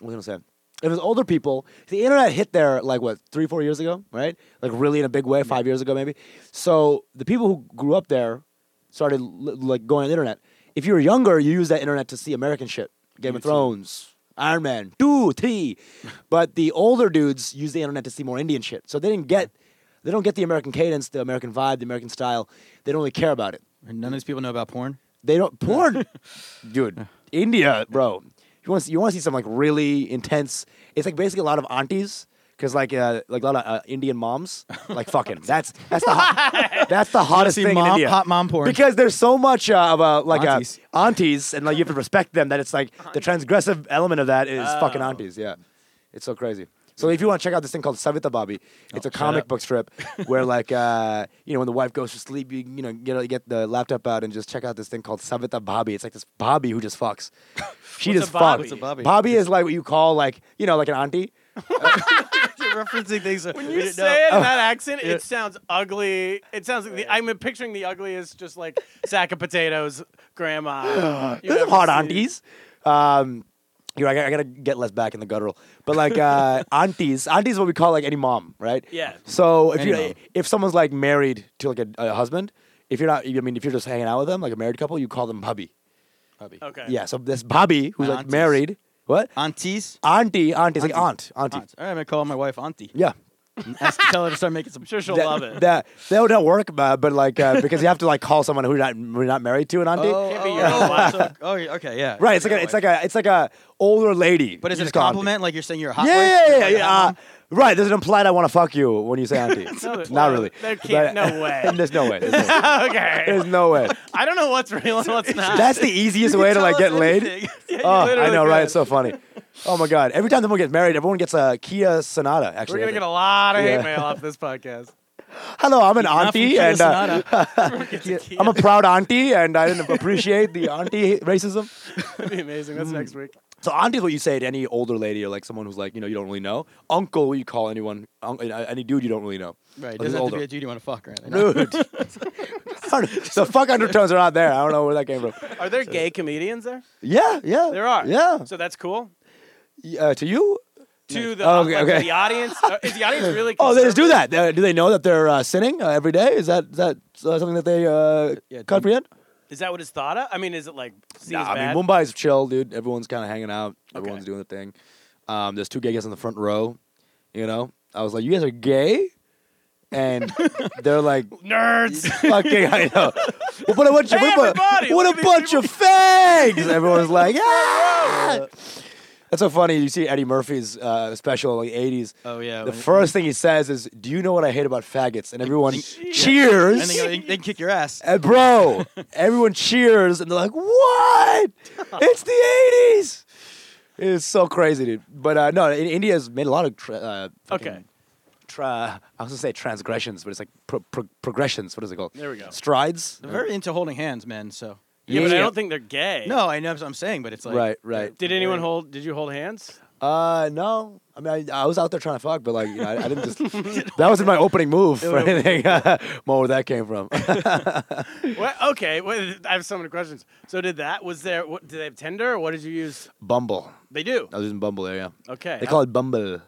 D: what was I gonna say? It was older people. The internet hit there like what three, four years ago, right? Like really in a big way, five years ago maybe. So the people who grew up there started li- like going on the internet. If you were younger, you used that internet to see American shit, Game of Thrones, Iron Man, two, three. but the older dudes use the internet to see more Indian shit. So they didn't get, they don't get the American cadence, the American vibe, the American style. They don't really care about it.
B: And None of these people know about porn.
D: They don't porn, dude. India, bro. You want to you want to see some like really intense. It's like basically a lot of aunties, cause like uh, like a lot of uh, Indian moms, like fucking. That's that's the hot, that's the hottest
B: see
D: thing in
B: mom-
D: India.
B: hot mom porn.
D: Because there's so much uh, of a like
B: Aunties.
D: aunties. Uh, aunties, and like you have to respect them. That it's like the transgressive element of that is
A: Oh.
D: fucking aunties. Yeah, it's so crazy. So if you want to check out this thing called Savita Bobby,
A: Oh,
D: it's a comic book strip where like uh, you know when the wife goes to sleep, you you know get get the laptop out and just check out this thing called Savita Bobby. It's like this Bobby who just fucks. She
A: What's
D: just
A: a Bobby?
D: fucks.
A: What's a
B: Bobby?
D: Bobby is like what you call like you know like an auntie.
B: referencing things.
A: When you say it in that accent, it sounds ugly. It sounds like the, I'm picturing the ugliest, just like sack of potatoes, grandma. you
D: There's some
A: ever
D: hot
A: see.
D: aunties. Um, you know, I, gotta- I gotta get less back in the guttural, but like uh, aunties, aunties is what we call like any mom, right?
A: Yeah.
D: So if
B: Any
D: you
B: mom.
D: if someone's like married to like a, a husband, if you're not, I mean, if you're just hanging out with them, like a married couple, you call them hubby.
A: Okay.
D: Yeah. So this Bobby,
B: My
D: who's like
B: aunties.
D: married, what
B: Aunties.
D: auntie? Auntie is like aunt,
B: Aunties.
D: auntie.
B: Aunts. All right, I'm gonna call my wife auntie.
D: Yeah.
B: Ask, tell her to start making some.
A: I'm sure she'll
D: that,
A: love it.
D: That that would not work, uh, but like uh, because you have to like call someone who you're not who you're not married to an auntie.
A: Can't be your own wife, so-
B: oh, yeah, okay, yeah.
D: Right. It's like a, it's like a it's like a older lady.
B: But is
D: You
B: it a
D: just call auntie.
B: compliment? Like you're saying you're a hot
D: yeah,
B: wife?
D: yeah,
B: You're
D: yeah,
B: like a
D: yeah.
B: hot
D: Uh,
B: mom?
D: right. There's an implied I want to fuck you when you say auntie.
A: No, there-
D: Not really.
A: there can't-
D: But- uh,
A: no way.
D: there's no way. There's no way.
A: okay.
D: There's no way.
A: I don't know what's real and what's not.
D: That's the easiest way to
B: Tell
D: like
B: us
D: get laid.
B: anything.
D: Oh, I
A: literally
D: know, right?
A: could.
D: It's so funny. Oh my god! Every time someone gets married, everyone gets a Kia Sonata. Actually,
A: We're
D: I
A: gonna get
D: think.
A: a lot of
D: Yeah.
A: hate mail off this podcast.
D: hello. I'm an auntie, and uh,
B: Not from Kia Sonata.
D: I'm a proud auntie, and I didn't appreciate the auntie racism.
A: That'd be amazing.
D: Mm.
A: That's next week.
D: So auntie is what you say to any older lady or like someone who's like you know you don't really know. Uncle, you call anyone un- uh, any dude you don't really know.
B: Right,
D: Like, who's
B: doesn't have to
D: older.
B: be a dude you want to fuck or anything.
D: Dude, I don't- the fuck undertones are not there. I don't know where that came from.
A: Are there gay comedians there?
D: Yeah, yeah,
A: There are.
D: Yeah,
A: So that's cool.
D: Y- uh, to you.
A: To the,
D: Oh, okay,
A: like,
D: okay.
A: the audience, uh, is the audience really?
D: Oh, they just do
A: conservative?
D: that. Uh, do they know that they're uh, sinning uh, every day? Is that is that uh, something that they uh,
B: Yeah,
D: comprehend?
A: Is that what it's thought of? I mean, is it like? seen
D: Nah,
A: as
D: I
A: bad?
D: mean Mumbai's chill, dude. Everyone's kind of hanging out. Everyone's doing the thing. Um, there's two gay guys in the front row. You know, I was like, you guys are gay, and they're like,
A: nerds.
D: fucking, I know. Well, What a bunch of
A: Hey,
D: what,
A: everybody,
D: a- what
A: look
D: a
A: at
D: bunch of fags! Everyone's like, yeah. That's so funny. You see Eddie Murphy's uh, special, like '80s.
B: Oh, yeah,
D: The
B: when-
D: first thing he says is, "Do you know what I hate about faggots?" And everyone cheers.
B: And they, go, they, they can kick your ass.
D: And bro, everyone cheers and they're like, "What? It's the '80s!" It's so crazy, dude. But uh, no, in- India's made a lot of tra- uh, fucking
A: Okay.
D: Tra- I was gonna say transgressions, but it's like pro- pro- progressions. What is it called?
A: There we go.
D: Strides.
B: They're very into holding hands, man. So
A: Yeah, but I
D: Yeah.
A: don't think they're gay.
B: no, I know what I'm saying, but it's like
D: right, right.
A: Did anyone hold? Did you hold hands?
D: Uh, no. I mean, I, I was out there trying to fuck, but like, you know, I, I didn't just. that wasn't my opening move or anything. More where that came from.
A: Well, okay, well, I have so many questions. So did that? Was there? What, did they have Tinder? Or what did you use?
D: Bumble.
A: They do.
D: I was using Bumble there. Yeah.
A: Okay.
D: They call it Bumble.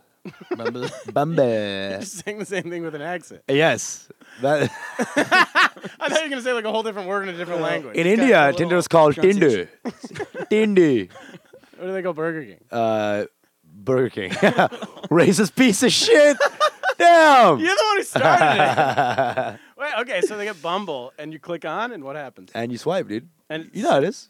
B: Bumble.
D: Bumble. Uh,
A: saying the same thing with an accent.
D: yes. That
A: I thought you were gonna say like a whole different word in a different language.
D: in India, Tinder is called Tinder.
B: pronunciation.
D: Tinder.
A: What do they call Burger King?
D: Uh, Burger King. Racist piece of shit. Damn.
A: You're the one who started it. Wait, okay, so they get Bumble, and you click on, and what happens?
D: And you swipe, dude.
A: And
D: You know how it is.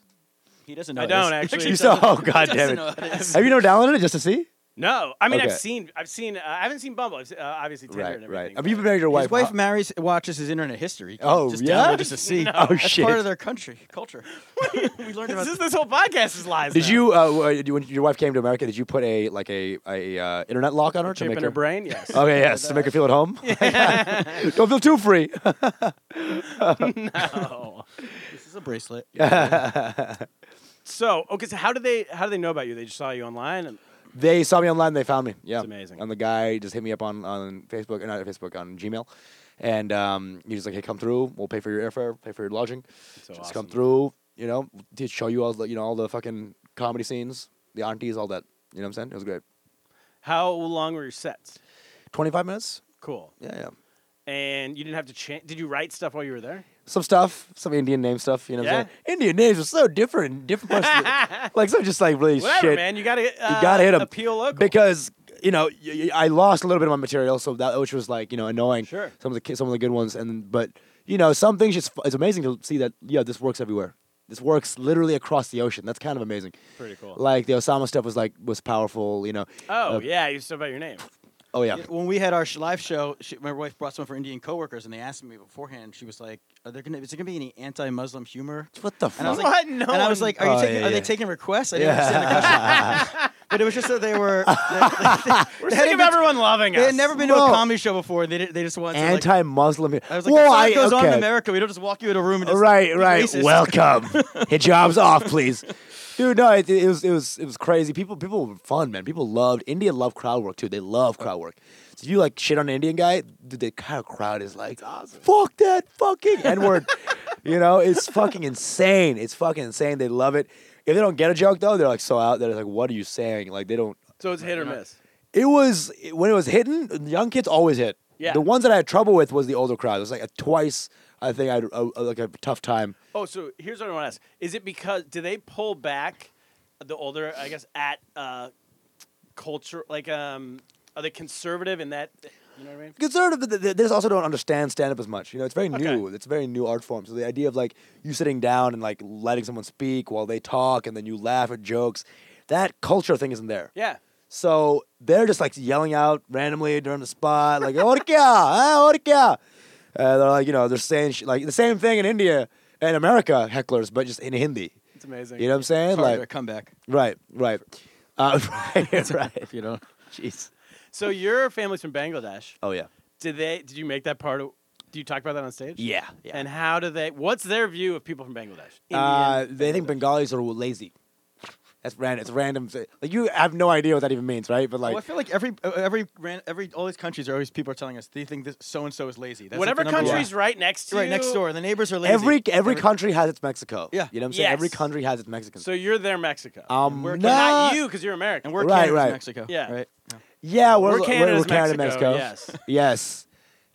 B: he doesn't know.
A: I
B: this.
A: don't actually.
D: You saw. Oh god damn
B: doesn't
D: it.
B: know how it is.
D: Have you never downloaded it just to see?
A: No, I mean
D: Okay.
A: I've seen, I've seen, uh, I haven't seen Bumble. I've seen, uh, obviously Tinder and everything.
D: I mean, you've married your wife.
B: His wife
D: huh?
B: marries, watches his internet history.
D: Oh,
B: just
D: yeah?
B: download just to see.
A: No.
D: oh
B: That's
D: shit.
B: part of their country culture. we learned about
A: this, is- this whole podcast is lies.
D: Did
A: now.
D: you uh, w- uh, when your wife came to America? Did you put a like a, a uh, internet lock on her to
A: chip
D: make
A: in
D: her
A: her brain? Yes.
D: Okay, yes, to make her feel at home. Don't feel too free.
A: no.
B: this is a bracelet.
A: So okay, so how did they how do they know about you? They just saw you online and
D: they saw me online. They found me. Yeah,
A: It's amazing.
D: And the guy just hit me up on on Facebook, uh, not Facebook, on Gmail, and um, he was like, "Hey, come through. We'll pay for your airfare, pay for your lodging.
A: So
D: just
A: awesome.
D: come through. You know, to show you all the you know all the fucking comedy scenes, the aunties, all that. You know what I'm saying? It was great.
A: how long were your sets?
D: Twenty five minutes.
A: Cool.
D: Yeah, yeah.
A: And you didn't have to change. Did you write stuff while you were there?
D: some stuff, some Indian name stuff. You know, what I'm
A: Yeah.
D: saying? Indian names are so different, different parts. of the- like some just like really
A: Whatever,
D: shit.
A: man. You gotta uh,
D: you gotta hit them
A: appeal local.
D: because you know y- y- I lost a little bit of my material, so that which was like you know annoying.
A: Sure.
D: Some of the ki- some of the good ones, and but you know some things just it's amazing to see that yeah this works everywhere. This works literally across the ocean. That's kind of amazing.
A: Pretty cool.
D: Like the Osama stuff was like was powerful. You know.
A: oh
D: Uh,
A: yeah, you still about your name.
D: Oh yeah.
B: When we had our sh- live show, she, my wife brought some of her Indian coworkers, and they asked me beforehand. She was like, "Are there gonna is there gonna be any anti-Muslim humor?"
D: What the
B: And I
D: fuck?
B: was like,
A: What? No
B: and I was
A: one-
B: like, "Are you
D: Oh,
B: taking,
D: yeah,
B: are
D: yeah.
B: they taking requests?" I didn't understand the question, but it was just that they were. They,
A: We're
B: they
A: sick
B: hadn't
A: of
B: been-
A: everyone loving us.
B: they had never been to a
D: Bro.
B: comedy show before. They did, they just wanted to, like,
D: Anti-Muslim.
B: I was like,
D: Well,
B: that's all
D: I-
B: that goes on in
D: okay.
B: America. We don't just walk you in a room and just
D: right,
B: be
D: right.
B: racist.
D: Welcome. Hijabs off, please. Dude, no, it, it was it was it was crazy. People people were fun, man. People loved India. Loved crowd work too. They love crowd work. So if you like shit on an Indian guy, dude, the kind of crowd is like, fuck that fucking n word. you know, it's fucking insane. It's fucking insane. They love it. If they don't get a joke though, they're like so out. They're like, what are you saying? Like they don't.
A: So it's hit or miss.
D: It was when it was hitting. the Young kids always hit.
A: Yeah.
D: The ones that I had trouble with was the older crowd. It was like a twice. I think I had a, a- like a tough time.
A: Oh, so here's what I want to ask: Is it because do they pull back the older, I guess, at uh, culture? Like, um, are they conservative in that? You know what I mean?
D: conservative. They, they just also don't understand stand up as much. You know, it's very
A: Okay.
D: new. It's a very new art form. So the idea of like you sitting down and like letting someone speak while they talk and then you laugh at jokes, that culture thing isn't there.
A: Yeah.
D: So they're just like yelling out randomly during the spot, like "Orca, ah, Orca," and they're like, you know, they're saying sh- like the same thing in India and America hecklers, but just in Hindi.
A: It's amazing.
D: You know what I'm saying?
B: Sorry,
D: Like,
B: come back.
D: right, right, uh, right, right.
B: If you don't.
D: Jeez.
A: So your family's from Bangladesh.
D: Oh yeah.
A: Did they? Did you make that part of? Do you talk about that on stage?
D: Yeah. Yeah.
A: And how do they? What's their view of people from Bangladesh?
D: Uh,
A: Indian
D: they think
A: Bangladesh.
D: Bengalis are lazy. That's random. It's random. Like you have no idea what that even means, right? But
B: Well, I
D: like,
B: feel like every uh, every ran- every all these countries are always people are telling us they think this so and so is lazy. That's like
A: whatever
B: the number one.
A: country's right next to
B: right
A: you,
B: next door. The neighbors are lazy.
D: every, every country has its Mexico.
B: Yeah.
D: you know what I'm saying. Every
A: Yes.
D: country has its Mexican.
A: So you're their Mexico.
D: um,
B: we're
A: But
D: nah-
A: not you, because you're American.
B: and we're
D: Right,
B: Canada's
D: right.
B: Mexico.
A: Yeah.
B: right.
D: Yeah, we're,
A: We're
D: we're-
A: Canada's
D: we're Canada,
A: Mexico, yes.
D: Mexico. yes.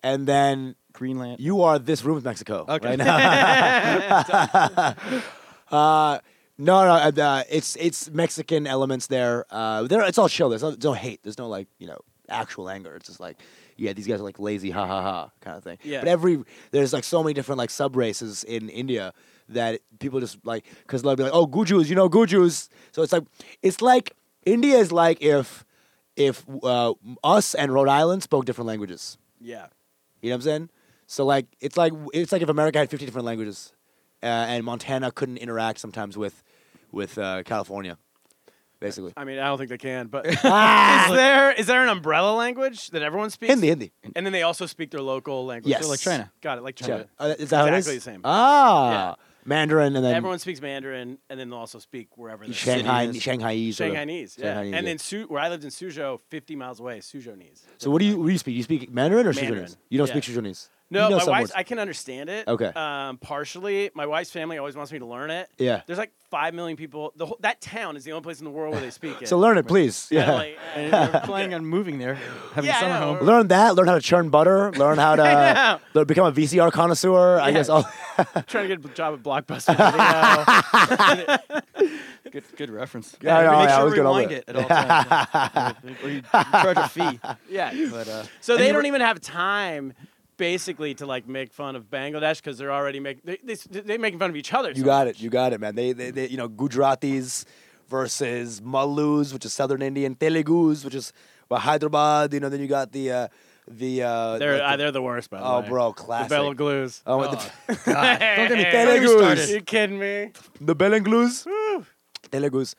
D: And then
B: Greenland.
D: you are this room's Mexico.
B: Okay.
D: Right now. uh, no, no. uh, Uh, it's it's Mexican elements there. Uh, there. It's all chill. There's no, there's no hate. There's no like you know actual anger. It's just like yeah, these guys are like lazy, ha ha ha, kind of thing.
A: Yeah.
D: But every there's like so many different like sub races in India that people just like because they'll be like oh Gujus, you know Gujus. So it's like it's like India is like if if uh, us and Rhode Island spoke different languages.
A: yeah.
D: You know what I'm saying? So like it's like it's like if America had 50 different languages, uh, and Montana couldn't interact sometimes with with uh, California, basically.
A: I mean, I don't think they can. But is there is there an umbrella language that everyone speaks?
D: Ah. Hindi, Hindi.
A: And then they also speak their local language.
D: Yes.
A: So like
B: China.
A: Got it. Like
D: Yeah.
A: China.
D: Uh, is that how it is?
A: Exactly the same.
D: Ah, Mandarin and then
A: Everyone speaks Mandarin, and then they'll also speak wherever they're
D: Shanghai,
B: Cities.
D: Shanghaiese. or-
A: Shanghainese, yeah.
D: Shanghainese,
A: and then Su- where I lived in Suzhou, 50 miles away, Suzhouese.
D: So what do you what do you speak? You speak Mandarin or
A: Mandarin.
D: Sichuanese? You don't speak
A: Yeah.
D: Sichuanese.
A: No,
D: you know
A: my
D: some
A: wife's,
D: words.
A: I can understand it.
D: Okay.
A: Um, partially, my wife's family always wants me to learn it.
D: Yeah.
A: There's like five million people. The whole, that town is the only place in the world where they speak it.
D: So learn it, please.
A: And,
D: Yeah.
A: like, "Eh,
B: And they're planning on moving there, having
A: Yeah, I
B: summer
A: know.
B: home.
D: learn that. Learn how to churn butter. Learn how to learn, become a VCR connoisseur. I
A: Yeah.
D: guess. All,
A: trying to get a job at Blockbuster. Video.
B: Good, good reference.
D: Yeah, I know,
B: make
D: yeah, I
B: sure
D: was
B: to
D: good on
B: rewind
D: it.
B: it at all times. yeah. or you charge a fee.
A: yeah.
B: But uh,
A: So
B: And
A: they
B: you
A: don't
B: were-
A: even have time, basically, to like make fun of Bangladesh because they're already making they, they, they're making fun of each other.
D: You got it. You got it, man. They, they, they you know, Gujaratis versus Malus, which is Southern Indian, Telugus, which is well, Hyderabad. You know, then you got the uh, the. Uh,
A: They're
D: like
A: uh,
D: the-
A: they're the worst, by the
D: oh,
A: way.
D: bro,
A: The
D: classic.
A: Bell of Glues.
D: Oh, the,
A: God.
B: Don't get me-
D: don't get me started.
A: You kidding me?
D: the Belenglus, Telugus.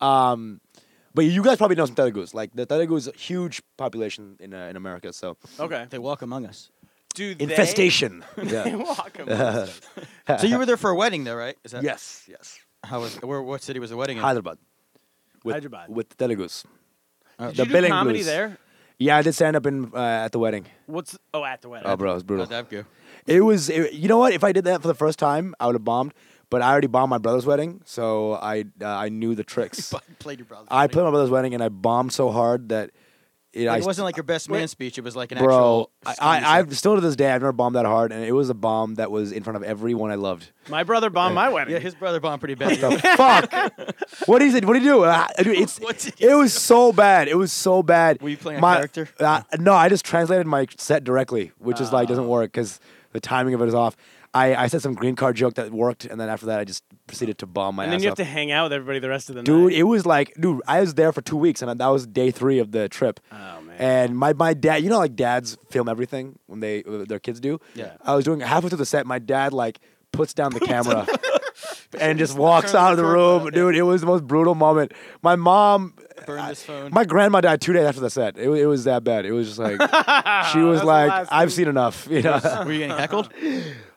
D: Um, but you guys probably know some Telugus. Like the Telugu is a huge population in uh, in America, so
A: Okay.
B: they walk among us.
A: Do they-
D: infestation.
A: They
D: yeah.
A: walk amongst us.
B: So you were there for a wedding, though, right? Is that
D: Yes, yes.
B: How was where? What city was the wedding in?
D: Hyderabad. With,
A: Hyderabad.
D: With the Telugus.
A: Did you do
D: Bell and
A: comedy
D: Blues.
A: there?
D: Yeah, I did stand up in uh, at the wedding.
A: What's oh at the wedding?
D: Oh, bro, it was brutal.
B: How'd that go?
D: It was, it- you know what? If I did that for the first time, I would have bombed. But I already bombed my brother's wedding, so I uh, I knew the tricks.
B: Played your brother.
D: I played my brother's wedding and I bombed so hard that it, I
B: it wasn't like your best man speech. It was like an
D: bro. I,
B: actual.
D: I I've still to this day I've never bombed that hard, and it was a bomb that was in front of everyone I loved.
A: My brother bombed my wedding.
B: yeah, his brother bombed pretty bad.
D: The fuck! What is it? What do you do? Uh, dude, it's
B: What did
D: it was so bad. It was so bad.
B: Were you playing a
D: my,
B: character?
D: Uh, no, I just translated my set directly, which is like doesn't work because the timing of it is off. I, I said some green card joke that worked, and then after that, I just proceeded to bomb my
A: and
D: ass
A: then you have
D: off.
A: to hang out with everybody the rest of the
D: dude,
A: night.
D: it was like, dude, I was there for two weeks, and that was day three of the trip.
A: Oh, man.
D: And my, my dad, you know, like dads film everything when they uh, their kids do.
B: Yeah.
D: I was doing halfway through the set. My dad like puts down the camera and just walks out of the room. Dude, it was the most brutal moment. My mom,
B: Burn this phone.
D: my grandma died two days after the set. It, wa- it was that bad. It was just like she was
A: the
D: like,
A: last
D: I've seen enough. You know.
B: Were you getting heckled?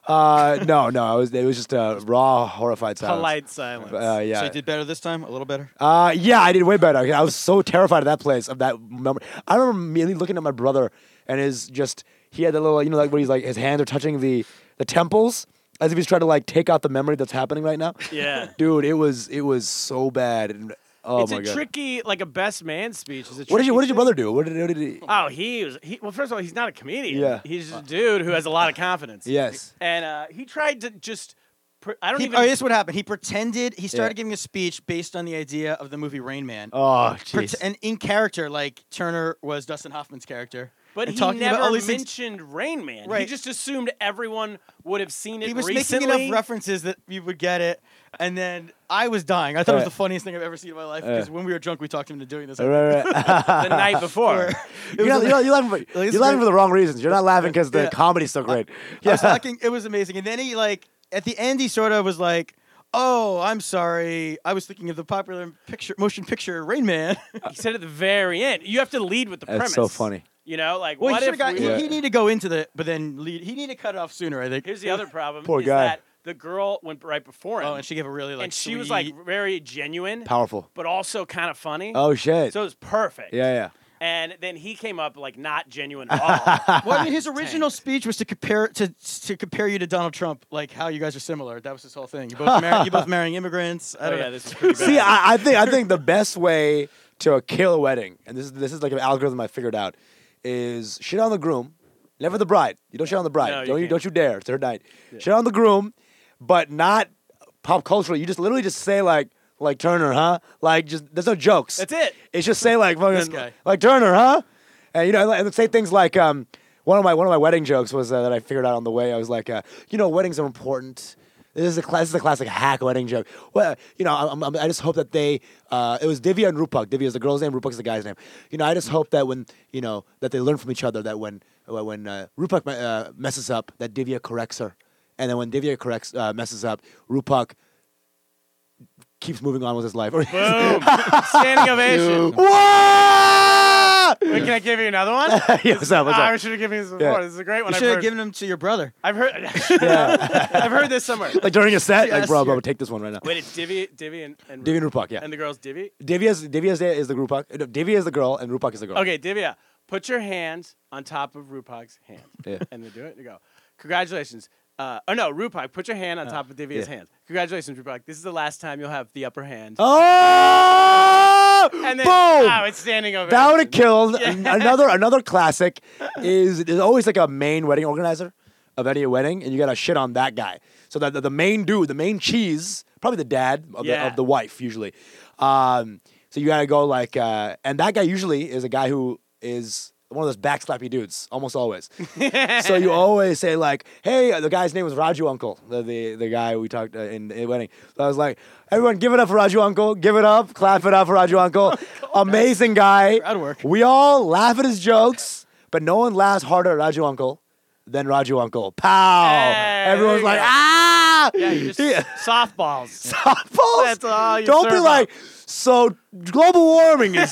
D: Uh, no, no, it was it was just a raw, horrified silence.
A: Polite silence.
D: Uh, yeah.
B: So you did better this time, a little better.
D: Uh, yeah, I did way better. I was so terrified of that place, of that memory. I remember immediately looking at my brother and his just, he had the little, you know, like where he's like, his hands are touching the, the temples as if he's trying to like take out the memory that's happening right now.
A: Yeah.
D: Dude, it was, it was so bad. And, oh
A: it's
D: my
A: a
D: God.
A: tricky, like a best man speech. Is a
D: What did you, what
A: tricky
D: did your brother do? What did, what did he?
A: Oh, he was. He, well, first of all, he's not a comedian.
D: Yeah.
A: He's just a dude who has a lot of confidence.
D: Yes.
A: And uh, he tried to just. Pr- I don't
B: He,
A: even.
B: oh, this is what happened. He pretended he started
D: Yeah.
B: giving a speech based on the idea of the movie Rain Man.
D: Oh,
B: Pret-
D: jeez.
B: and in character, like Turner was Dustin Hoffman's character.
A: but
B: and
A: he
B: talking about
A: never
B: all these things-
A: mentioned Rain Man. He
B: Right.
A: just assumed everyone would have seen it.
B: He was
A: recently.
B: making enough references that you would get it. And then I was dying. I thought it
D: Yeah.
B: was the funniest thing I've ever seen in my life because when we were drunk, we talked him into doing this.
D: Right, right.
A: the night before.
D: you're, not- you're, not- you're laughing, for,
B: it's
D: you're laughing
B: great.
D: for the wrong reasons. You're not laughing because the
B: Yeah.
D: comedy's so great.
B: I was
D: Yeah.
B: fucking- it was amazing. And then he like at the end he sort of was like, "Oh, I'm sorry. I was thinking of the popular picture motion picture Rain Man."
A: he said at the very end, you have to lead with the
D: That's
A: premise.
D: so funny.
A: You know, like
B: well,
A: what
B: he
A: if
B: should got.
A: we
B: He,
A: were-
B: he need to go into the, but then lead. He need to cut it off sooner. I think.
A: Here's the other problem.
D: Poor
A: is
D: guy.
A: That the girl went right before him.
B: oh, and she gave a really like.
A: and she was like
B: sweet-
A: very genuine,
D: Powerful.
A: but also kind of funny.
D: Oh, shit.
A: So it was perfect.
D: yeah, yeah.
A: And then he came up like not genuine at all.
B: Well, I mean, his original speech was to compare to to compare you to Donald Trump, like how you guys are similar. That was his whole thing. You both marry, you both marrying immigrants. I
A: oh
B: don't
A: yeah,
B: know.
A: this is pretty bad.
D: See, I, I think I think the best way to kill a wedding, and this is this is like an algorithm I figured out, is shit on the groom, never the bride. You don't shit on the bride.
A: No, you
D: don't you
A: can't.
D: don't you dare. It's her night. Shit on the groom, but not pop culturally. You just literally just say like like Turner, huh? Like just there's no jokes.
A: That's it.
D: It's just say like fucking
B: guy.
D: like Turner, huh? And you know, and and say things like um, one of my one of my wedding jokes was uh, that I figured out on the way. I was like, uh, you know, weddings are important. This is a cla- this is a classic hack wedding joke. Well, you know, I, am I just hope that they. Uh, it was Divya and Rupak. Divya is the girl's name. Rupak is the guy's name. You know, I just hope that when you know that they learn from each other. That when uh, when uh, Rupak me- uh, messes up, that Divya corrects her, and then when Divya corrects uh, messes up, Rupak keeps moving on with his life.
A: standing ovation.
D: Whoa!
A: Wait, can I give you another one?
D: Yeah, what's up, what's
A: Ah, I
D: up?
A: should have given you this
D: Yeah.
A: before. This is a great one.
B: You
A: I've
B: should have
A: heard.
B: given him to your brother.
A: I've heard.
D: Yeah.
A: I've heard this somewhere.
D: like during a set, like bro,
B: Yes,
D: bro,
B: you're-
D: take this one right now.
A: Wait, it's Divvy, Divvy, and and,
D: Divya and Rupak, yeah.
A: and the girls Divvy.
D: Divya is Divya is the, is the Rupak. No, Divya is the girl, and Rupak is the girl.
A: Okay, Divya, put your hand on top of Rupak's hand.
D: Yeah.
A: And then do it. You go. Congratulations. Uh, oh no, Rupak, put your hand on top of Divya's
D: yeah.
A: hand. Congratulations, Rupak. This is the last time you'll have the upper hand.
D: Oh!
A: and then
D: Boom!
A: oh, it's standing over.
D: that would have killed. An- Another another classic is there's always like a main wedding organizer of any wedding, and you gotta shit on that guy. So that the, the main dude, the main cheese, probably the dad of,
A: Yeah.
D: the, of the wife usually. Um, so you gotta go like, uh, and that guy usually is a guy who is one of those backslappy dudes, almost always. so you always say like, "Hey, uh, the guy's name was Raju Uncle, the the, the guy we talked uh, in the wedding." So I was like, "Everyone, give it up for Raju Uncle! Give it up! Clap it up for Raju Uncle!
A: Oh,
D: Amazing guy!
B: Crowd work.
D: We all laugh at his jokes, but no one laughs harder at Raju Uncle than Raju Uncle. Pow!
A: Hey, there
D: Everyone's
A: you
D: like,
A: go.
D: ah!
A: Yeah, you just
D: Yeah.
A: softballs.
D: Softballs?
A: That's all you
D: Don't be
A: serve
D: like, so global warming is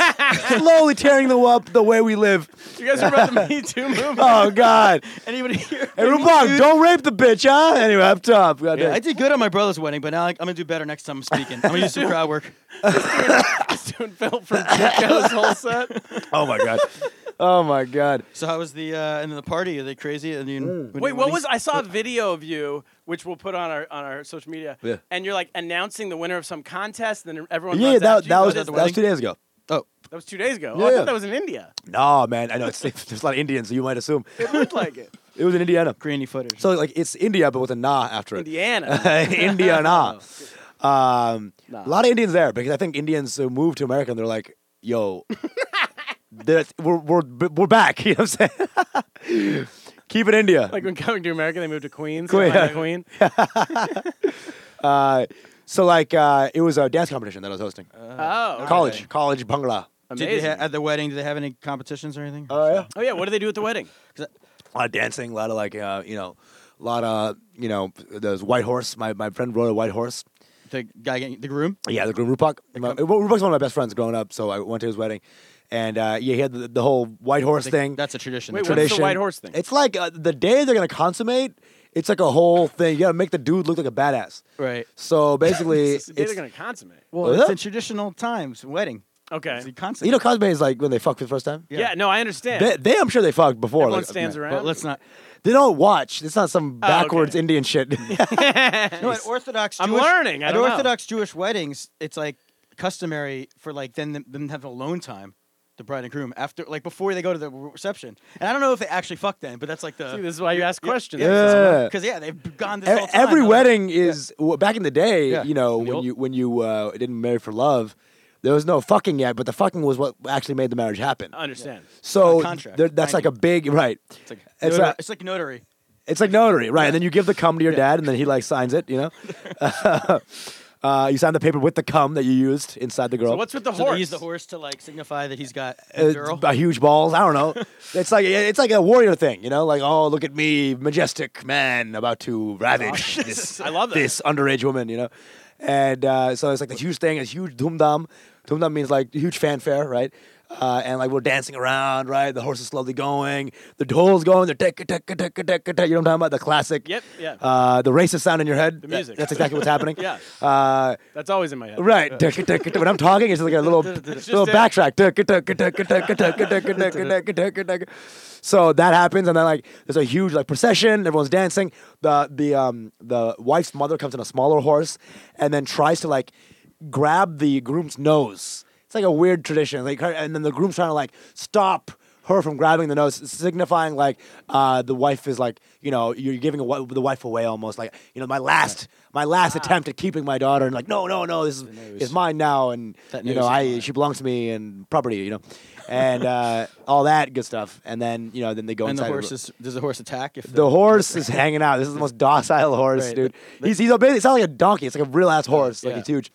D: slowly tearing the up the way we live.
A: You guys are about the Me Too movement.
D: Oh God!
B: Anybody here?
D: Hey, Rupok, don't rape the bitch, huh? Anyway, up top. God
B: I
D: damn.
B: did good on my brother's wedding, but now like, I'm gonna do better next time I'm speaking. I'm gonna do some crowd work.
A: Just doing Phil from Jacko's whole set.
D: Oh my God. Oh my God.
B: So how was the uh, and then the party? Are they crazy? And you,
D: Mm.
B: when
A: Wait,
B: you-
A: what
B: when
A: was?
B: you-
A: I saw a video of you, which we'll put on our on our social media.
D: Yeah.
A: And you're like announcing the winner of some contest, and then everyone.
D: Yeah,
A: runs
D: that,
A: out.
D: that was
A: that,
D: that was two days ago.
B: Oh,
A: that was two days ago.
D: Yeah,
A: Oh, I
D: yeah.
A: thought that was in India.
D: No, man. I know it's there's a lot of Indians, so you might assume
A: It looked like it.
D: it was in Indiana.
B: grainy footage.
D: So like it's India, but with a nah after it.
A: Indiana.
D: Indiana. Um,
A: Nah.
D: A lot of Indians there because I think Indians uh, moved to America and they're like, yo, they're- we're, we're, we're back. You know what I'm saying? Keep it India.
A: like when coming to America, they moved to Queens.
D: Queen-
A: Queen. Yeah. Queen.
D: Uh, so like uh, it was a dance competition that I was hosting.
A: Oh,
D: college, college Bangla.
B: did they ha- at the wedding? Did they have any competitions or anything?
D: Oh yeah.
A: oh yeah, what do they do at the wedding?
D: A lot of dancing, a lot of like uh, you know, a lot of you know, there's white horse. My my friend rode a white horse.
B: the guy, getting, the groom.
D: Yeah, the groom Rupak. My, well, Rupak's one of my best friends growing up, so I went to his wedding, and uh, yeah, he had the, the whole white horse thing.
B: That's a tradition.
A: Wait,
B: The
A: what-
B: tradition.
A: What's the white horse thing?
D: It's like uh, the day they're gonna consummate It's like a whole thing. You gotta make the dude look like a badass.
B: Right.
D: So basically,
A: It's, they're
D: it's-
A: gonna consummate.
B: Well,
D: Well,
B: it's
D: yeah.
B: in traditional times, wedding.
A: Okay.
B: It's the concept.
D: you know, cosplay is like when they fuck for the first time.
A: Yeah. No, I understand.
D: They, they, I'm sure they fucked before.
A: Everyone
D: like,
A: stands
D: man.
A: around. Oh,
B: but let's not.
D: They don't watch. It's not some
A: okay.
D: backwards Indian shit. E,
B: You know, at Orthodox
A: I'm
B: Jewish,
A: learning, I
B: at
A: don't know.
B: Orthodox Jewish weddings, it's like customary for like then them, them to have alone time, the bride and groom after like before they go to the reception. And I don't know if they actually fuck then, but that's like the
A: See, this is why you ask questions.
D: yeah.
B: because yeah, they've gone this
D: E-
B: whole time.
D: every
B: They're like-
D: wedding is well, back in the day.
B: Yeah.
D: You know,
B: In the
D: when
B: old-
D: you when you uh, didn't marry for love, there was no fucking yet, but the fucking was what actually made the marriage happen.
A: I understand.
D: So
B: A contract,
D: there- that's like
B: binding.
D: a big right.
B: like
D: It's like,
B: It's,
D: it's,
B: notary, it's like notary.
D: like notary, right? And then you give the cum to your dad, and then he like signs it. You know, uh, you sign the paper with the cum that you used inside the girl.
A: So what's with the
B: So
A: horse?
B: they use the horse to like signify that he's got
D: Uh,
B: a girl.
D: A huge balls. I don't know. It's like it's like a warrior thing, you know. Like, oh, look at me, majestic man, about to ravage this.
A: Oh, I love that.
D: this underage woman, you know. And uh, so it's like this huge thing, this huge dum dum. Dum dum means like huge fanfare, right? Uh, and like we're dancing around, right? The horse is slowly going, the dole's going, the tek tek tek tek tek. You know what I'm talking about? The classic.
A: Yep, yeah.
D: Uh, the racist sound in your head. The
A: music.
D: That's exactly what's happening.
A: Yeah.
D: Uh,
A: That's always in my head.
D: Right. when I'm talking, it's like a little
A: just
D: little
A: it.
D: backtrack. so that happens, and then like there's a huge like procession. Everyone's dancing. The the um the wife's mother comes on a smaller horse, and then tries to like grab the groom's nose. It's like a weird tradition. Like, her, and then the groom's trying to like stop her from grabbing the nose, signifying like uh, the wife is like you know you're giving a, wi- the wife away almost like you know my last my last
B: Ah.
D: attempt at keeping my daughter and like no no no this is, is mine now and
B: That
D: you
B: nose
D: know
B: is
D: I she belongs to me and property you know and uh, all that good stuff and then you know then they go
B: And the
D: inside
B: horse is does the horse attack if
D: the horse is hanging out. This is the most docile horse,
B: Right.
D: dude. He's he's a bit, it's not like a donkey. It's like a real ass horse. Like
B: Yeah.
D: it's huge,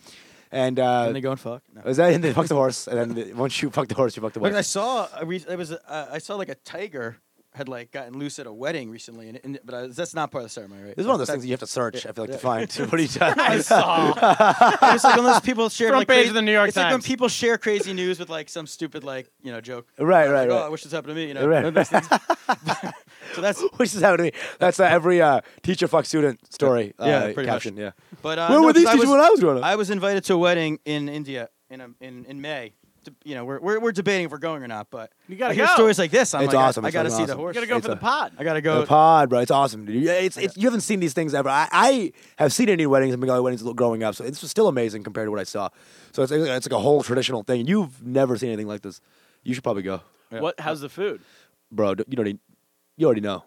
D: and uh,
B: and they go and fuck. No.
D: is that and they fuck the horse, and then the- once you fuck the horse, you fuck the
B: Like I
D: horse.
B: saw, a re- it was a- uh, I saw like a tiger had like gotten loose at a wedding recently, and, and but I, that's not part of the ceremony, right?
D: This is one of those
B: That-
D: things that you have to search. I feel like to find what he does.
A: I saw.
B: it's like unless people share
A: Front
B: like,
A: page
B: crazy-
A: of the New York
B: it's like when
A: Times.
B: people share crazy news with like some stupid like you know joke.
D: Right, right,
B: Like, Oh, I
D: right.
B: wish this happened to me. You know.
D: Right.
B: one of those things. so that's.
D: Which is happening to me. That's uh, every uh, teacher fuck student story.
B: Yeah,
D: uh,
B: pretty much.
D: caption. Yeah.
B: But uh,
D: Where
B: no,
D: were
B: 'cause
D: these
B: I
D: teachers
B: was,
D: when I was growing up?
B: I was invited to a wedding in India in um in, in May. To- You know, we're, we're we're debating if we're going or not, but
A: You gotta
B: I hear
A: go.
B: stories like this. I'm
D: It's
B: like, I-
D: awesome.
B: I,
D: It's
B: gotta see
D: fucking
B: the
D: awesome.
B: horse.
A: You gotta go
D: It's
A: for
D: a-
A: the pod.
B: I gotta
D: The
B: go.
D: pod, bro. It's awesome, dude. Yeah, it's, it's you haven't seen these things ever. I, I have seen Indian weddings and Bengali weddings growing up, so it's still amazing compared to what I saw. So it's, it's like a whole traditional thing. You've never seen anything like this. You should probably go,
A: What? How's the food?
D: bro. d- You already, you already know.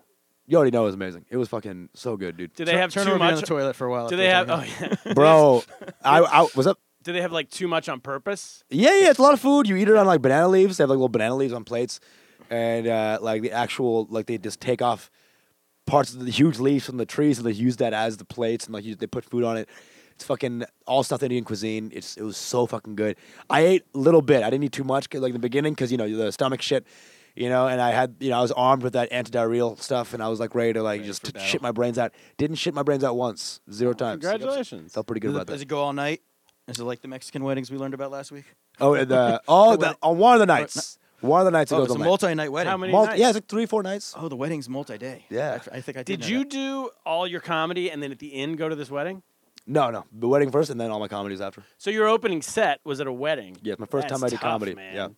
D: You already know it was amazing. It was fucking so good, dude.
A: Do they have
B: turn
A: too
B: over
A: much?
B: on the toilet for a while.
A: do
B: after
A: they
B: we're
A: have?
B: done
A: Oh
B: here.
A: yeah.
D: bro? I, I was up.
A: Do they have like too much on purpose?
D: Yeah, yeah, it's a lot of food. You eat it on like banana leaves. They have like little banana leaves on plates, and uh, like the actual like they just take off parts of the huge leaves from the trees and they use that as the plates and like you, they put food on it. It's fucking all South Indian cuisine. It's it was so fucking good. I ate a little bit. I didn't eat too much 'cause, like in the beginning because you know the stomach shit. You know, and I had, you know, I was armed with that antidiarrheal stuff, and I was like ready to like just t- shit my brains out. Didn't shit my brains out once, zero times.
A: Congratulations.
D: Felt pretty good
B: Does it-
D: about that.
B: Does it go all night? Is it like the Mexican weddings we learned about last week?
D: Oh, and, uh, oh, the, on one of the nights. One of the nights it
B: Oh,
D: goes
B: it's a
D: on
B: multi-night wedding.
A: How many nights?
D: Yeah, it's like three, four nights.
B: Oh, the wedding's multi-day.
D: Yeah.
B: I f- I, think I did.
A: Did you
B: know that.
A: do all your comedy and then at the end go to this wedding?
D: No, no, the wedding first, and then all my comedies after.
A: So your opening set was at a wedding.
D: Yeah, it's my first
A: That's
D: time I did
A: tough,
D: comedy.
A: man.
D: Yeah.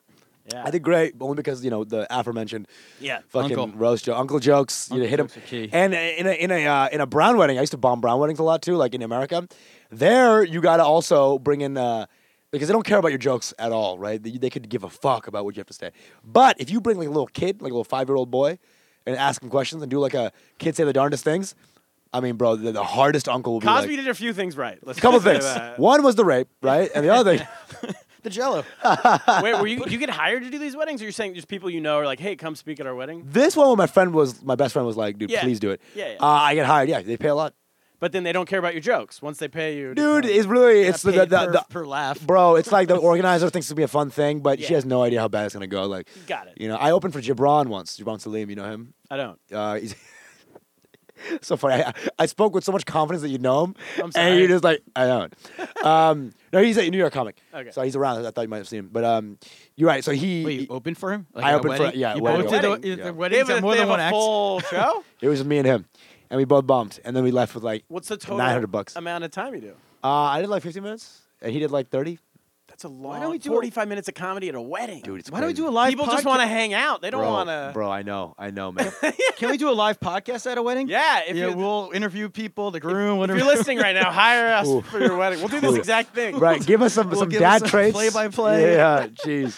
A: Yeah.
D: I did great, only because you know the aforementioned
A: Yeah.
D: fucking
B: Uncle.
D: roast joke, uncle jokes. you
B: Uncle
D: hit them.
B: jokes are key.
D: And in a in a uh, in a brown wedding, I used to bomb brown weddings a lot too. Like in America, there you gotta also bring in uh, because they don't care about your jokes at all, right? They, they could give a fuck about what you have to say. But if you bring like a little kid, like a little five year old boy, and ask him questions and do like a kid say the darndest things, I mean, bro, the, the hardest uncle will be
A: Cosby
D: like,
A: did a few things right. Let's
D: a couple
A: just say
D: things.
A: that.
D: One was the rape, right? And the other thing.
B: the Jello?
A: Wait, were you you get hired to do these weddings, or you're saying just people you know are like, hey, come speak at our wedding,
D: This one, where my friend was, my best friend was like, "Dude,
A: Yeah.
D: please do it."
A: Yeah, yeah.
D: Uh, I get hired. Yeah, they pay a lot.
A: but then they don't care about your jokes once they pay you. to
D: Dude,
A: come.
D: it's really it's the,
B: Paid
D: the,
B: per,
D: the,
B: per laugh.
D: the bro. It's like the organizer thinks it's gonna be a fun thing, but she
A: Yeah.
D: has no idea how bad it's gonna go. Like,
A: Got it.
D: You know, I opened for Gibran once. Gibran Salim, you know him.
A: I don't.
D: Uh, he's so funny. I, I spoke with so much confidence that you know him,
A: I'm
D: and
A: sorry.
D: you're just like, I don't. um, no, he's a New York comic.
A: Okay.
D: So he's around. I thought you might have seen him, but um, you're right. So he.
B: Wait, you
A: oh.
B: opened for him? Like
D: I
B: at a
D: opened for-
B: wedding?
D: yeah,
B: You
D: wedding.
B: both did the-
A: Wedding.
B: the
D: Yeah.
B: weddings
A: they
B: are
A: have, a-
B: more
A: they
B: than
A: have
B: one
A: a
B: act.
A: full show.
D: it was me and him. and we both bumped, and then we left with like
A: What's the total
D: 900 bucks. Uh,
A: amount of time you do?
D: I did like 15 minutes, and he did like 30.
A: That's a long. Why
B: don't we do a-
A: 45 minutes of comedy at a wedding?
D: Dude, it's
B: Why don't we
D: crazy.
B: do a live?
A: People just
B: podca-
A: want to hang out. They don't
D: Bro,
A: want to.
D: Bro, I know, I know, man.
B: Can we do a live podcast at a wedding?
A: Yeah, if
B: yeah.
A: you're-
B: We'll interview people, the groom,
A: If
B: whatever.
A: you're listening right now, hire us
D: Ooh.
A: for your wedding. We'll do this
D: Ooh.
A: exact thing.
D: right, give us some
B: We'll
D: some
B: give
D: dad
B: us some
D: traits.
B: play-by-play.
D: Yeah, jeez,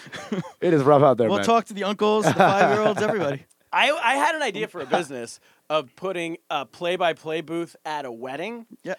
D: it is rough out there,
B: we'll
D: man.
B: talk to the uncles, the five-year-olds, everybody.
A: I, I had an idea for a business of putting a play-by-play booth at a wedding.
B: Yeah.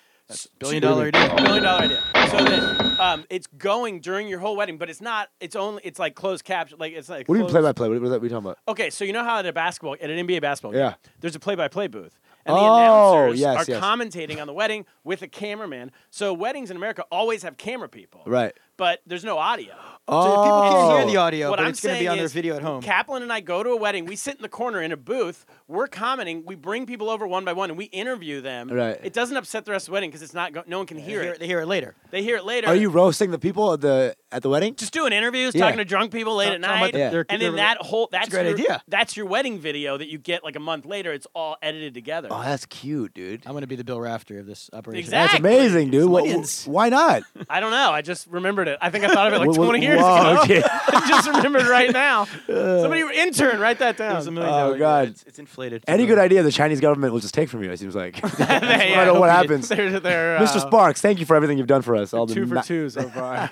A: Billion
B: dollar idea.
A: Million dollar idea. So that um, it's going during your whole wedding, but it's not. It's only. It's like closed caption. Like it's like.
D: What do you
A: closed-
D: play by play? What what are we talking about?
A: Okay, so you know how at a basketball, at an NBA basketball,
D: Yeah.
A: game, there's a play-by-play booth, and the
D: Oh,
A: announcers
D: yes,
A: are
D: yes.
A: commentating on the wedding with a cameraman. So weddings in America always have camera people,
D: Right.
A: But there's no audio.
B: So people can't hear the
D: Oh.
B: audio,
A: what
B: but
A: I'm
B: it's going to be
A: saying
B: on their
A: is,
B: video at home.
A: Kaplan and I go to a wedding. We sit in the corner in a booth. We're commenting. We bring people over one by one, and we interview them.
D: Right.
A: It doesn't upset the rest of the wedding because it's not. Go- no one can hear
B: they, hear
A: it.
B: it, they hear it later.
A: They hear it later.
D: Are you roasting the people at the at the wedding?
A: just doing interviews,
D: Yeah.
A: talking to drunk people late
B: Talk-
A: at
B: talking about
A: night,
D: their-
B: their-
A: and
B: their-
A: then that whole that's
B: a great
A: your,
B: idea.
A: That's your wedding video that you get like a month later. It's all edited together.
D: Oh, that's cute, dude.
B: I'm going to be the Bill Rafter of this operation.
A: Exact-
D: That's amazing, dude. Wha-
B: Onions.
D: why not?
A: I don't know. I just remembered it. I think I thought of it like
D: Wha- wha-
A: 20 years
D: whoa,
A: ago.
D: okay. Uh,
A: I just remembered right now. Somebody intern, write that down.
B: It was a million
D: Oh,
B: dollar idea.
D: God.
B: It's, it's inflated.
D: Any good idea the Chinese government will just take from you, it seems like. I
A: Yeah,
D: don't
A: I
D: know
A: hope
D: what
A: you did.
D: happens.
A: They're- they're, uh,
D: Mr. Sparks, thank you for everything you've done for us. All
A: two
D: the
A: for
D: ma-
A: two so far.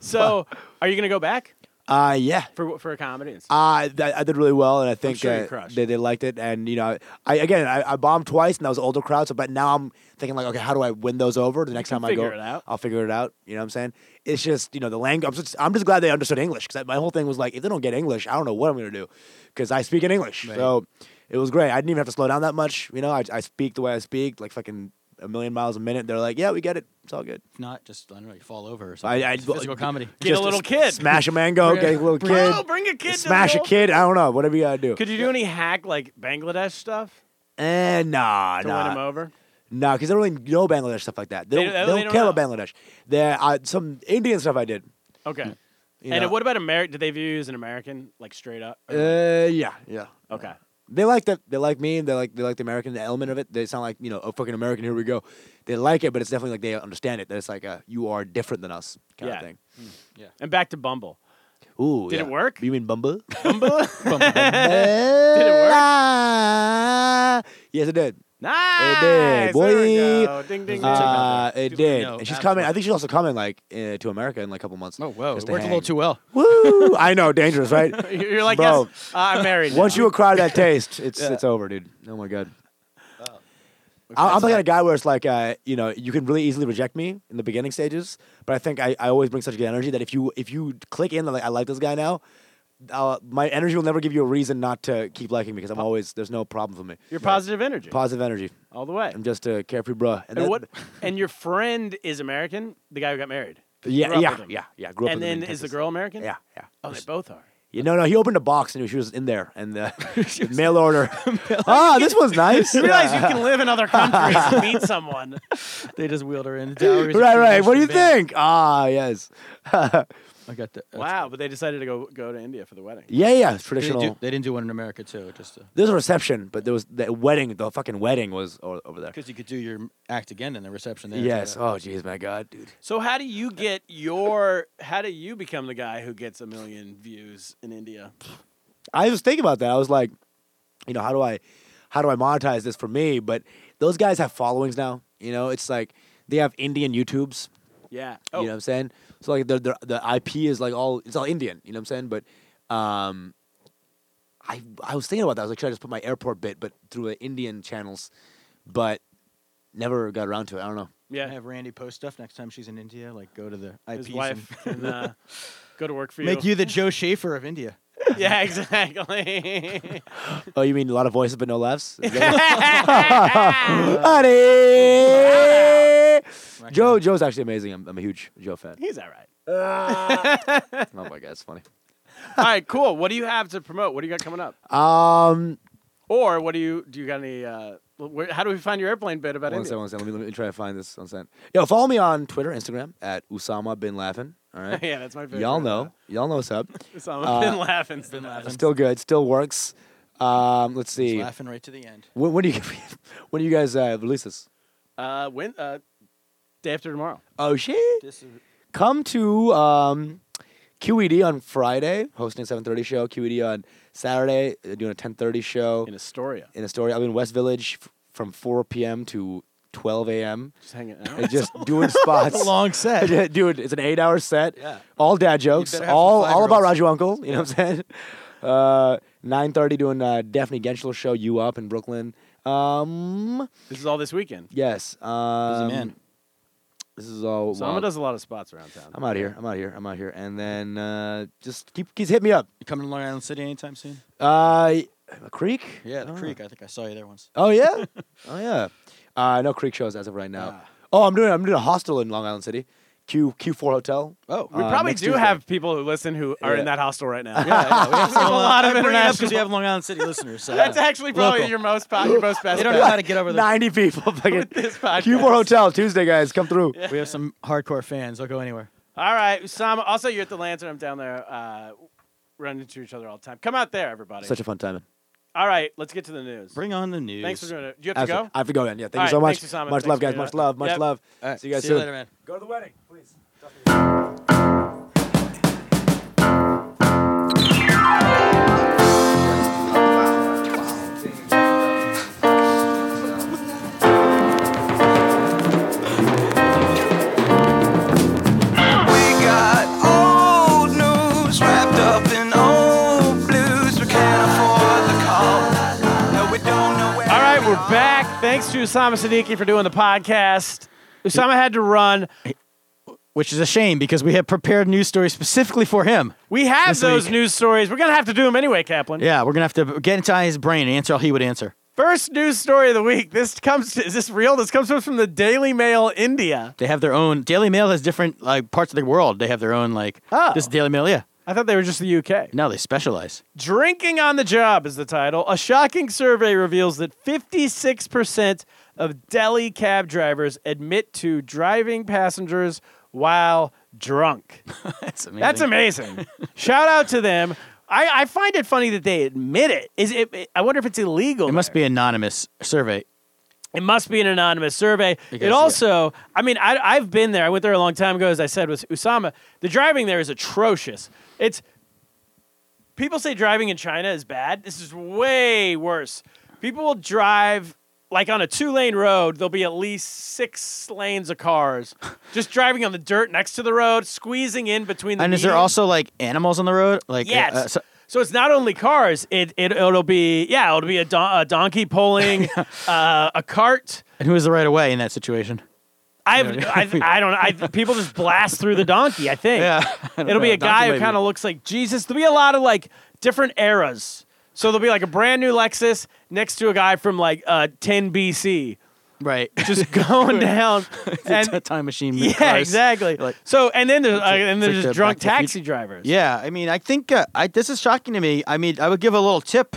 A: so, are you gonna go back
D: Uh, yeah.
A: for for a comedy? and stuff?
D: Uh, th- I did really well, and I think
A: sure you
D: uh,
A: crushed.
D: they, they liked it. And you know, I again, I, I bombed twice, and that was older crowd. So, but now I'm thinking like, okay, how do I win those over? The next time I go,
A: figure it out.
D: I'll figure it out. You know what I'm saying? It's just you know the language. I'm just, I'm just glad they understood English because my whole thing was like, if they don't get English, I don't know what I'm gonna do because I speak in English. So it was great. I didn't even have to slow down that much. You know, I, I speak the way I speak, like fucking a million miles a minute. They're like, yeah, we get it. It's all good.
B: If not, just, I don't know, you fall over or
D: I,
B: something.
D: I
B: It's physical comedy.
A: Get a
D: just
A: little
D: s-
A: kid.
D: smash a mango, get a little kid,
A: Bro, bring a kid. to
D: smash
A: the
D: a
A: old-
D: kid. I don't know, whatever you gotta do.
A: Could you do any hack like Bangladesh stuff
D: Eh, nah,
A: to win him
D: nah,
A: over?
D: nah, because they don't really know Bangladesh stuff like that. They
A: They-
D: don't, they,
A: they
D: don't,
A: don't
D: care
A: know.
D: about Bangladesh. There, uh, some Indian stuff I did.
A: Okay.
D: you
A: and
D: know.
A: what about American? Did they view you as an American, like straight up?
D: Uh, yeah, yeah.
A: okay.
D: They like that. They like me. They like they like the American the element of it. They sound like you know, oh fucking American. Here we go. They like it, but it's definitely like they understand it. That it's like a, you are different than us kind
A: Yeah.
D: of thing.
A: And back to Bumble.
D: Ooh,
A: Did it
D: yeah.
A: work?
D: You mean Bumble?
A: Did it work?
D: yes, it did.
A: Nice.
D: boy.
A: There we go. Ding ding. ding.
D: Uh, it
B: Do we
D: did.
B: know?
D: And she's
B: Absolutely.
D: coming. I think she's also coming like uh, to America in like a couple months.
B: Oh, whoa.
D: just
B: It
D: to
B: worked a little
D: hang.
B: too well.
D: Woo! I know, dangerous, right?
A: You're like,
D: Bro.
A: yes, uh, I'm married. now.
D: Once you acquire that taste, it's it's over, dude. Oh my god. I- I'm the kind of guy where it's like, uh, you know, you can really easily reject me in the beginning stages, but I think I, I always bring such good energy that if you if you click in like I like this guy now, uh, my energy will never give you a reason not to keep liking me because I'm always there's no problem for me.
A: You're positive energy
D: Positive energy.
A: all the way.
D: I'm just a carefree bruh. And,
A: And
D: that-
A: what? And your friend is American, the guy who got married.
D: Yeah,
A: Grew up
D: yeah,
A: with him.
D: yeah, yeah. Grew up
A: and
D: with him
A: then
D: in
A: is the
D: Texas.
A: girl American?
D: Yeah, yeah.
A: Oh, they both are.
D: You know, no, he opened a box and she was in there, and the the mail order. ah, this was nice.
A: You realize you can live in other countries and meet someone.
B: They just wheeled her in. Dowries
D: right,
B: and
D: right. What do you
B: Christian band.
D: think? Ah, yes.
B: I got the. that's-
A: Wow, but they decided to go go to India for the wedding.
D: Yeah, yeah.
B: They, didn't
D: Traditional.
B: do, they didn't do one in America, too. Just to,
D: There's a reception, but there was the wedding. The fucking wedding was o- over there.
B: Because you could do your act again in the reception there.
D: Yes. Oh, jeez, my god, dude.
A: So how do you get your? How do you become the guy who gets a million views in India?
D: I was thinking about that. I was like, you know, how do I, how do I monetize this for me? But those guys have followings now. You know, it's like they have Indian YouTubes.
A: Yeah. Oh,
D: You know what I'm saying? So like the, the the IP is like all it's all Indian. You know what I'm saying? But um, I I was thinking about that. I was like, should I just put my airport bit, but through the Indian channels, but never got around to it. I don't know.
A: yeah.
B: Have Randy post stuff next time she's in India. Like, go to the IP.
A: His wife and uh, go to work for you.
B: Make you the Joe Schaefer of India.
A: Yeah, exactly.
D: Oh, you mean a lot of voices but no laughs? Is that- Honey, Joe Joe's actually amazing. I'm, I'm a huge Joe fan.
A: He's all right.
D: oh my god, it's funny.
A: All right, cool. What do you have to promote? What do you got coming up?
D: Um,
A: Or what do you do? You got any? Uh, where, how do we find your airplane bit about
D: one
A: India?
D: second, one second. Let me, let me try to find this. One second. Yo, follow me on Twitter, Instagram at Usama bin Laden. All right.
A: yeah, that's my favorite.
D: Y'all know. Y'all know what's up.
A: So I've been laughing. Been laughing.
D: Still good. Still works. Um, let's see.
B: laughing right to the end.
D: When, when do you when do you guys uh, release this?
A: Uh, when uh, day after tomorrow.
D: Oh shit! Come to um, QED on Friday, hosting seven thirty show. QED on Saturday, uh, doing a ten thirty show
A: in Astoria.
D: in a story. I'm in West Village f- from four p.m. to twelve a.m.
A: Just hanging
D: and
A: out.
D: just doing spots.
B: Long set.
D: Yeah, Dude, it's an eight hour set.
B: Yeah.
D: All dad jokes.
B: better have
D: All
B: some
D: all about
B: five-year-olds.
D: Raju Uncle. You know what I'm saying? Uh, nine thirty doing uh, Daphne Genschel show. You up in Brooklyn? Um,
A: this is all this weekend.
D: yes. Um,
B: man.
D: This is all.
A: Sama
D: wow.
A: does a lot of spots around town.
D: uh, I'm uh, out here. I'm out here. I'm out here. And then uh, just keep, keep hit me up.
B: You coming to Long Island City anytime soon? Oh.
D: Uh, Creek.
B: Yeah, the creek. I think I saw you there once.
D: Oh yeah. oh yeah. Uh, no Creek shows as of right now.
B: Ah.
D: Oh, I'm doing. I'm doing a hostel in Long Island City. Q Q4 hotel.
B: Oh,
A: We
D: Uh,
A: probably
D: next
A: do
D: Tuesday.
A: have people who listen who are in
D: Yeah.
A: that hostel right now.
B: yeah, we have uh,
A: There's a lot of
B: because
A: international.
B: we have Long Island City listeners. So
A: That's actually probably
B: Local.
A: your most po- your most best.
B: they don't know how to get over the.
D: 90 people. Fucking
A: this podcast.
D: Q4 Hotel Tuesday, guys. Come through.
B: We have some hardcore fans. They'll go anywhere.
A: All right, Usama. Also, you're at the Lantern. I'm down there. Uh, running into each other all the time. Come out there, everybody.
D: Such a fun time.
A: all right, let's get to the news.
B: Bring on the news.
A: Thanks for doing it. Do you have to
D: Absolutely.
A: go?
D: I have to go then. Yeah, thank
A: All
D: you so
A: right,
D: much.
A: thanks, Osama.
D: Much
A: Thanks
D: love,
A: for
D: guys.
A: doing
D: Much
A: that.
D: love. Much
A: Yep.
D: love.
B: All right,
D: See you guys
B: see
D: soon.
B: You later, man.
D: Go to the wedding, please.
E: We got old news wrapped up in old blues. We can't afford the call. No, we don't know where.
A: All right, we're back. Thanks to Usama Siddiqui for doing the podcast. Usama had to run.
B: Which is a shame because we had prepared news stories specifically for him.
A: We have
B: This
A: those
B: week.
A: news stories. We're going to have to do them anyway, Kaplan.
B: Yeah, we're gonna have to get inside his brain and answer all he would answer.
A: First news story of the week. This comes is this real? This comes from the Daily Mail India.
B: They have their own. Daily Mail has different like parts of the world. They have their own like.
A: Oh.
B: This is Daily Mail, yeah.
A: I thought they were just the UK.
B: No, they specialize.
A: Drinking on the job is the title. A shocking survey reveals that 56% of Delhi cab drivers admit to driving passengers while drunk.
B: That's amazing.
A: That's amazing. Shout out to them. I, I find it funny that they admit it. Is it? I wonder if it's illegal.
B: It must be anonymous survey.
A: It must be an anonymous survey.
B: Because,
A: it
B: yeah.
A: also, I mean, I, I've been there. I went there a long time ago, as I said with Usama. The driving there is atrocious. It's people say driving in China is bad. This is way worse. People will drive like on a two-lane road. There'll be at least six lanes of cars, just driving on the dirt next to the road, squeezing in between. the
B: And is there
A: median.
B: also like animals on the road? Like uh,
A: Yes.
B: uh, so-
A: so, it's not only cars. It, it it'll be yeah. It'll be a, don- a donkey pulling uh, a cart.
B: and who is the right of way in that situation?
A: I've, I've I don't know. I, people just blast through the donkey. I think it'll be a guy who kind of looks like Jesus. There'll be a lot of like different eras. So there'll be like a brand new Lexus next to a guy from like uh, 10 BC,
B: right.
A: just going down.
B: It's a
A: and,
B: time machine.
A: yeah,
B: cars.
A: exactly.
B: Like-
A: so and then there's uh, and
B: like
A: there's
B: the
A: just drunk
B: Back to the Future-
A: taxi drivers.
B: Yeah, I mean, I think uh, I, this is shocking to me. I mean, I would give a little tip.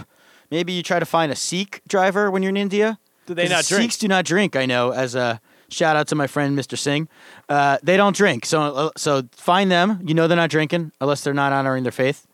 B: Maybe you try to find a Sikh driver when you're in India.
A: Do they
B: 'Cause
A: not drink?
B: Sikhs do not drink. I know. As a shout out to my friend Mr. Singh, uh, they don't drink. So, uh, so find them. You know they're not drinking unless they're not honoring their faith,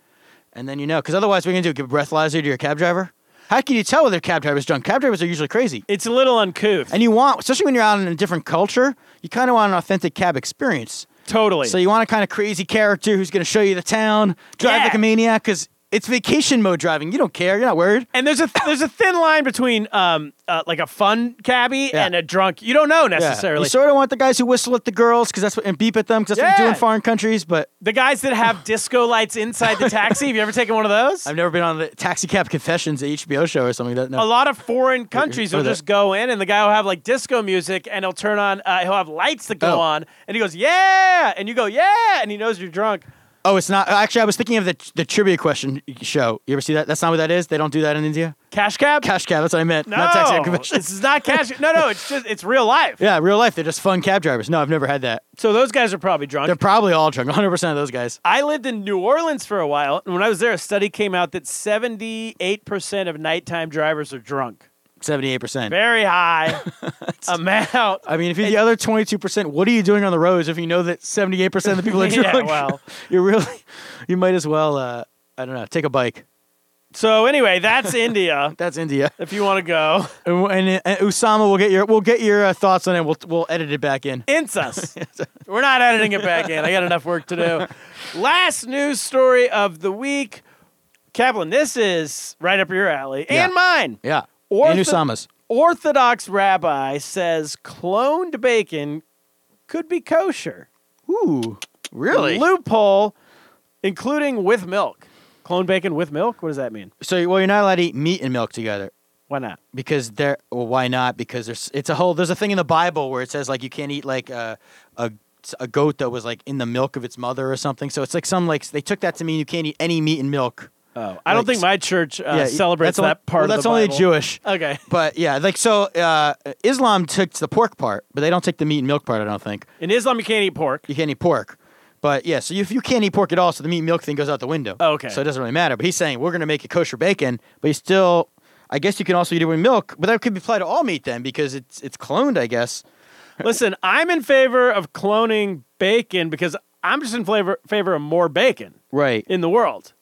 B: and then you know. Because otherwise, we're gonna do give breathalyzer to your cab driver. How can you tell whether a cab driver's drunk? Cab drivers are usually crazy.
A: it's a little uncouth.
B: And you want, especially when you're out in a different culture, you kind of want an authentic cab experience.
A: totally.
B: So you want a kind of crazy character who's going to show you the town, drive like
A: Yeah.
B: a maniac, because it's vacation mode driving. You don't care. You're not worried.
A: and there's a there's a thin line between um uh, like a fun cabbie
B: Yeah.
A: and a drunk. You don't know
B: Yeah.
A: necessarily.
B: You sort of want the guys who whistle at the girls because that's what and beep at them because that's what you do in
A: Yeah.
B: foreign countries. But
A: the guys that have disco lights inside the taxi. Have you ever taken one of those?
B: I've never been on the taxi cab confessions at HBO show or something. That no.
A: a lot of foreign countries
B: or
A: will
B: the-
A: just go in, and the guy will have like disco music, and he'll turn on, uh, he'll have lights that go
B: Oh.
A: on, and he goes, "Yeah," and you go, "Yeah," and he knows you're drunk.
B: oh, it's not. Actually, I was thinking of the the trivia question show. You ever see that? That's not what that is. They don't do that in India.
A: Cash cab?
B: Cash cab. That's what I meant.
A: no,
B: Not taxi cab confessions.
A: this is not cash. No, no, it's just it's real life.
B: Yeah, real life. They're just fun cab drivers. No, I've never had that.
A: So those guys are probably drunk.
B: They're probably all drunk. 100 percent of those guys.
A: I lived in New Orleans for a while, and when I was there, a study came out that 78% of nighttime drivers are drunk.
B: 78 percent.
A: Very high amount.
B: I mean, if you're the other 22%, what are you doing on the roads if you know that 78% of the people are
A: Yeah,
B: drunk?
A: well.
B: you're really, you might as well, uh, I don't know, take a bike.
A: So anyway, that's India.
B: That's India.
A: If you want to go,
B: And, and, uh, and Usama, we'll get your we'll get your uh, thoughts on it. We'll we'll edit it back in.
A: ints us. We're not editing it back in. I got enough work to do. Last news story of the week, Kaplan. This is right up your alley
B: Yeah.
A: and mine.
B: Yeah.
A: Ortho-
B: and Usama's.
A: Orthodox rabbi says cloned bacon could be kosher.
B: Ooh, really?
A: Loophole, including with milk. Cloned bacon with milk? What does that mean?
B: So well, you're not allowed to eat meat and milk together
A: Why not?
B: because there. Well, why not? Because there's it's a whole there's a thing in the Bible where it says like you can't eat like a a a goat that was like in the milk of its mother or something. So it's like some like they took that to mean you can't eat any meat and milk.
A: Oh, I don't
B: Like-
A: think my church uh,
B: yeah,
A: celebrates
B: that's only-
A: that part.
B: Well,
A: of
B: that's
A: the
B: only
A: Bible.
B: Jewish.
A: Okay.
B: But yeah, like so, uh, Islam took the pork part, but they don't take the meat and milk part. I don't think
A: In Islam, you can't eat pork.
B: you can't eat pork. But yeah, so if you can't eat pork at all, so the meat and milk thing goes out the window.
A: Oh, Okay.
B: So it doesn't really matter. But he's saying we're going to make it kosher bacon, but you still, I guess you can also eat it with milk. But that could apply to all meat then because it's it's cloned, I guess.
A: Listen, I'm in favor of cloning bacon because I'm just in favor favor of more bacon
B: Right.
A: in the world.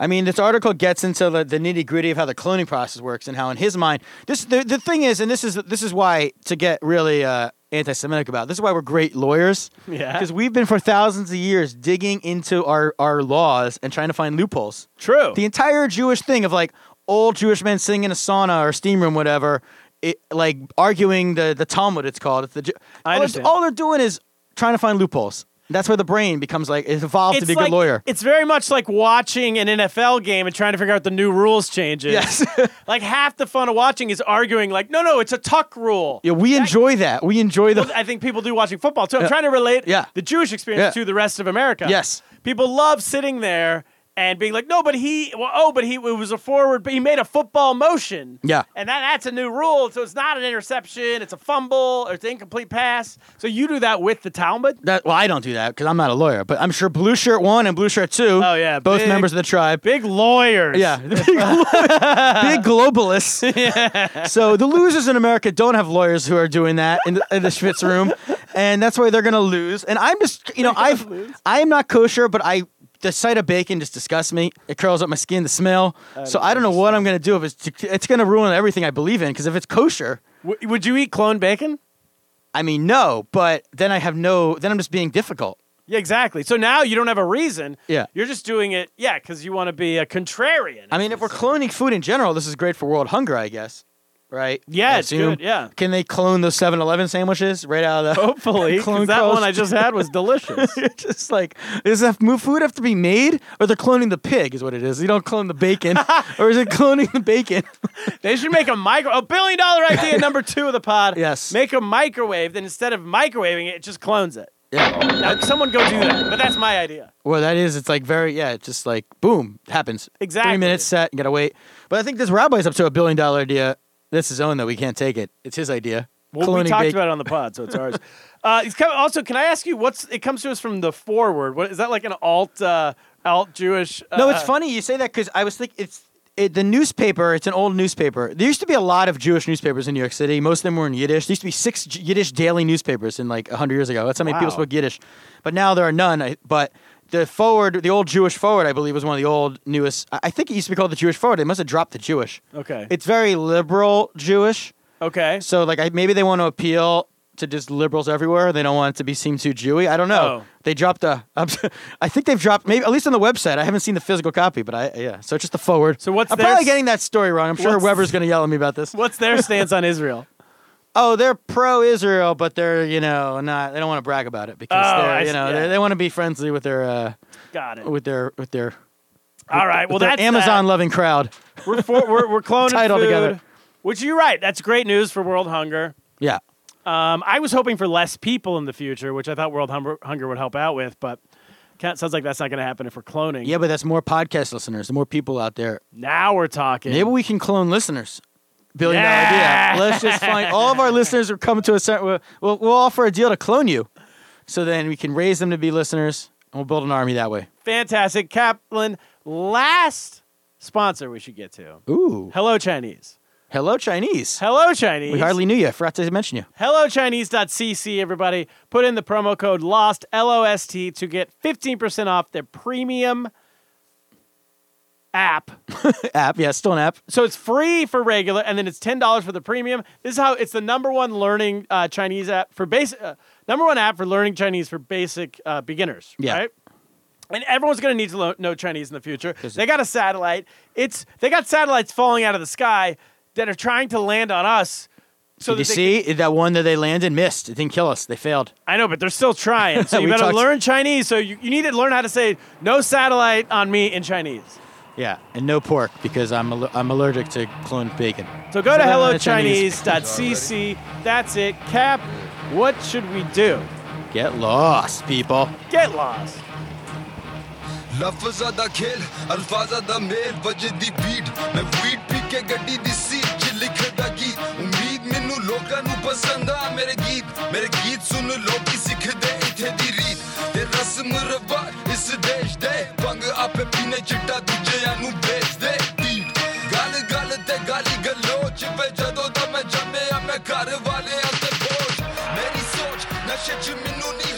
B: I mean, this article gets into the, the nitty gritty of how the cloning process works and how, in his mind, this the, the thing is, and this is this is why to get really uh, anti-Semitic about. it, This is why we're great lawyers.
A: Yeah.
B: because we've been for thousands of years digging into our our laws and trying to find loopholes.
A: True.
B: The entire Jewish thing of like old Jewish men sitting in a sauna or steam room, whatever, it, like arguing the the Talmud. It's called. It's the Ju-
A: I
B: all,
A: understand.
B: they're, all they're doing is trying to find loopholes. That's where the brain becomes like it evolved to be a
A: like,
B: good lawyer.
A: It's very much like watching an NFL game and trying to figure out the new rules changes.
B: Yes.
A: like half the fun of watching is arguing like, no, no, it's a tuck rule.
B: Yeah, we enjoy that. We enjoy the.
A: Well, I think people do watching football too. I'm trying to relate
B: Yeah.
A: the Jewish experience
B: Yeah.
A: to the rest of America.
B: Yes.
A: People love sitting there and being like, no, but he, well, oh, but he it was a forward, but he made a football motion.
B: Yeah.
A: And that, that's a new rule. So it's not an interception, it's a fumble, or it's an incomplete pass. So you do that with the Talmud.
B: That, well, I don't do that because I'm not a lawyer, but I'm sure Blue Shirt 1 and Blue Shirt 2,
A: Oh, yeah,
B: both
A: big-
B: members of the tribe,
A: Big lawyers.
B: Yeah, big, glo- big globalists. So the losers in America don't have lawyers who are doing that in the, in the Schwitz room, and that's why they're gonna lose. And I'm just, you know, I've I am not kosher, but I the sight of bacon just disgusts me. It curls up my skin, the smell. so I don't know what I'm gonna do if it's it's gonna ruin everything I believe in. Because if it's kosher,
A: W- would you eat cloned bacon?
B: I mean no, but then I have no. Then I'm just being difficult.
A: Yeah, exactly. So now you don't have a reason.
B: Yeah.
A: You're just doing it, yeah, because you want to be a contrarian.
B: I mean, if we're cloning food in general, this is great for world hunger, I guess. Right?
A: Yeah,
B: I
A: it's
B: assume.
A: good, yeah.
B: Can they clone those 7-Eleven sandwiches right out of the?
A: Hopefully, 'cause
B: Clone
A: that
B: cross-
A: one I just had was delicious.
B: just like does that mo- food have to be made, or they're cloning the pig? Is what it is. You don't clone the bacon, or is it cloning the bacon?
A: They should make a micro a billion dollar idea number two of the pod.
B: Yes.
A: Make a microwave, then instead of microwaving it, it just clones it.
B: yeah.
A: Now, someone go do that. But that's my idea.
B: Well, that is. It's like very yeah. It's just like boom happens.
A: Exactly.
B: Three minutes set. You gotta wait. But I think this rabbi's up to a billion dollar idea. That's his own though. We can't take it. It's his idea.
A: Well, we
B: Cloning
A: talked
B: bacon.
A: about it on the pod, so it's ours. Uh, it's come, also, can I ask you what's it comes to us from the forward? What is that like an alt uh, alt Jewish? Uh,
B: No, it's funny you say that because I was thinking it's it, the newspaper. It's an old newspaper. There used to be a lot of Jewish newspapers in New York City. Most of them were in Yiddish. There used to be six J- Yiddish daily newspapers in like hundred years ago. That's how many people
A: Wow.
B: spoke Yiddish, but now there are none. I, but the forward, the old Jewish forward, I believe, was one of the old newest. I I think it used to be called the Jewish forward. They must have dropped the Jewish.
A: Okay.
B: It's very liberal Jewish.
A: okay.
B: So like I, maybe they want to appeal to just liberals everywhere. They don't want it to be seem too Jewy. I don't know.
A: Oh.
B: They dropped a. I'm s- I think they've dropped maybe at least on the website. I haven't seen the physical copy, but I yeah. So it's just the forward.
A: So what's
B: I'm
A: their
B: probably
A: s-
B: getting that story wrong. I'm sure
A: what's-
B: Weber's gonna yell at me about this.
A: What's their stance on Israel?
B: Oh, they're pro-Israel, but they're you know not. They don't want to brag about it because
A: Oh, I
B: they're
A: see,
B: you know
A: yeah.
B: they they want to be friendly with their uh,
A: Got it.
B: with their with their,
A: All right. Well,
B: with their
A: that's uh,
B: Amazon loving crowd.
A: That. We're, for, we're we're cloning
B: Title
A: food,
B: together.
A: Which you're right. That's great news for world hunger.
B: Yeah.
A: Um, I was hoping for less people in the future, which I thought World Hunger, Hunger would help out with, but can't, sounds like that's not going to happen if we're cloning.
B: Yeah, but that's more podcast listeners, more people out there
A: Now we're talking.
B: Maybe we can clone listeners. Billion dollar
A: Yeah.
B: idea. Let's just find all of our listeners who come to a certain. We'll, we'll, we'll offer a deal to clone you, so then we can raise them to be listeners, and we'll build an army that way.
A: Fantastic. Kaplan, last sponsor we should get to.
B: Ooh,
A: Hello Chinese.
B: hello Chinese.
A: Hello Chinese.
B: We hardly knew you. I forgot to mention you.
A: HelloChinese.cc, everybody. Put in the promo code LOST, L O S T, to get 15% off their premium app.
B: app. Yeah, still an app.
A: So it's free for regular, and then it's ten dollars for the premium. This is how it's the number one learning uh, Chinese app for basic. Uh, number one app for learning Chinese for basic uh, beginners.
B: Yeah.
A: Right. And everyone's going to need to lo- know Chinese in the future. They got a satellite. It's they got satellites falling out of the sky that are trying to land on us. So
B: Did you
A: that they,
B: see that one that they landed missed? It didn't kill us. They failed.
A: I know, but they're still trying. So you
B: We
A: got to
B: talked-
A: learn Chinese. So you, you need to learn how to say "no satellite on me" in Chinese.
B: Yeah, and no pork because I'm al- I'm allergic to cloned bacon.
A: So go to
B: Is that on the Chinese?
A: hellochinese.cc. That's it. Cap, what should we do?
B: Get lost, people.
A: Get lost.
F: ਲਫ਼ਜ਼ਾਂ ਦਾ ਖੇਲ ਅਲਫਾਜ਼ਾਂ ਦਾ ਮੇਲ ਵੱਜਦੀ beat ਮੈਂ feet ਪੀ ਕੇ ਗੱਡੀ ਦੀ seat 'ਚ ਲਿਖਦਾ ਗੀਤ ਉਮੀਦ ਮੈਨੂੰ ਲੋਕਾਂ ਨੂੰ ਪਸੰਦ ਆ ਮੇਰੇ ਗੀਤ ਮੇਰੇ ਗੀਤ ਸੁਣ ਲੋਕੀ ਸਿੱਖਦੇ ਇੱਥੇ ਦੀ ਰੀਤ ਤੇ ਰਸਮ ਰਿਵਾਜ ਇਸ ਦੇਸ਼ ਦੇ ਭੰਗ ਆਪੇ ਪੀਨੇ ਚਿੱਟਾ ਦੂਜਿਆਂ ਨੂੰ ਵੇਚਦੇ beat ਗੱਲ ਗੱਲ ਤੇ ਗਾਲੀ ਗੱਲੋ ਚ ਵੇ ਜਦੋਂ ਦਾ ਮੈਂ ਜੰਮਿਆ ਮੈਂ ਘਰ ਵਾਲਿਆਂ ਤੇ ਬੋਝ ਮੇਰੀ ਸੋਚ ਨਸ਼ੇ 'ਚ ਮੈਨੂੰ ਨਹੀਂ तो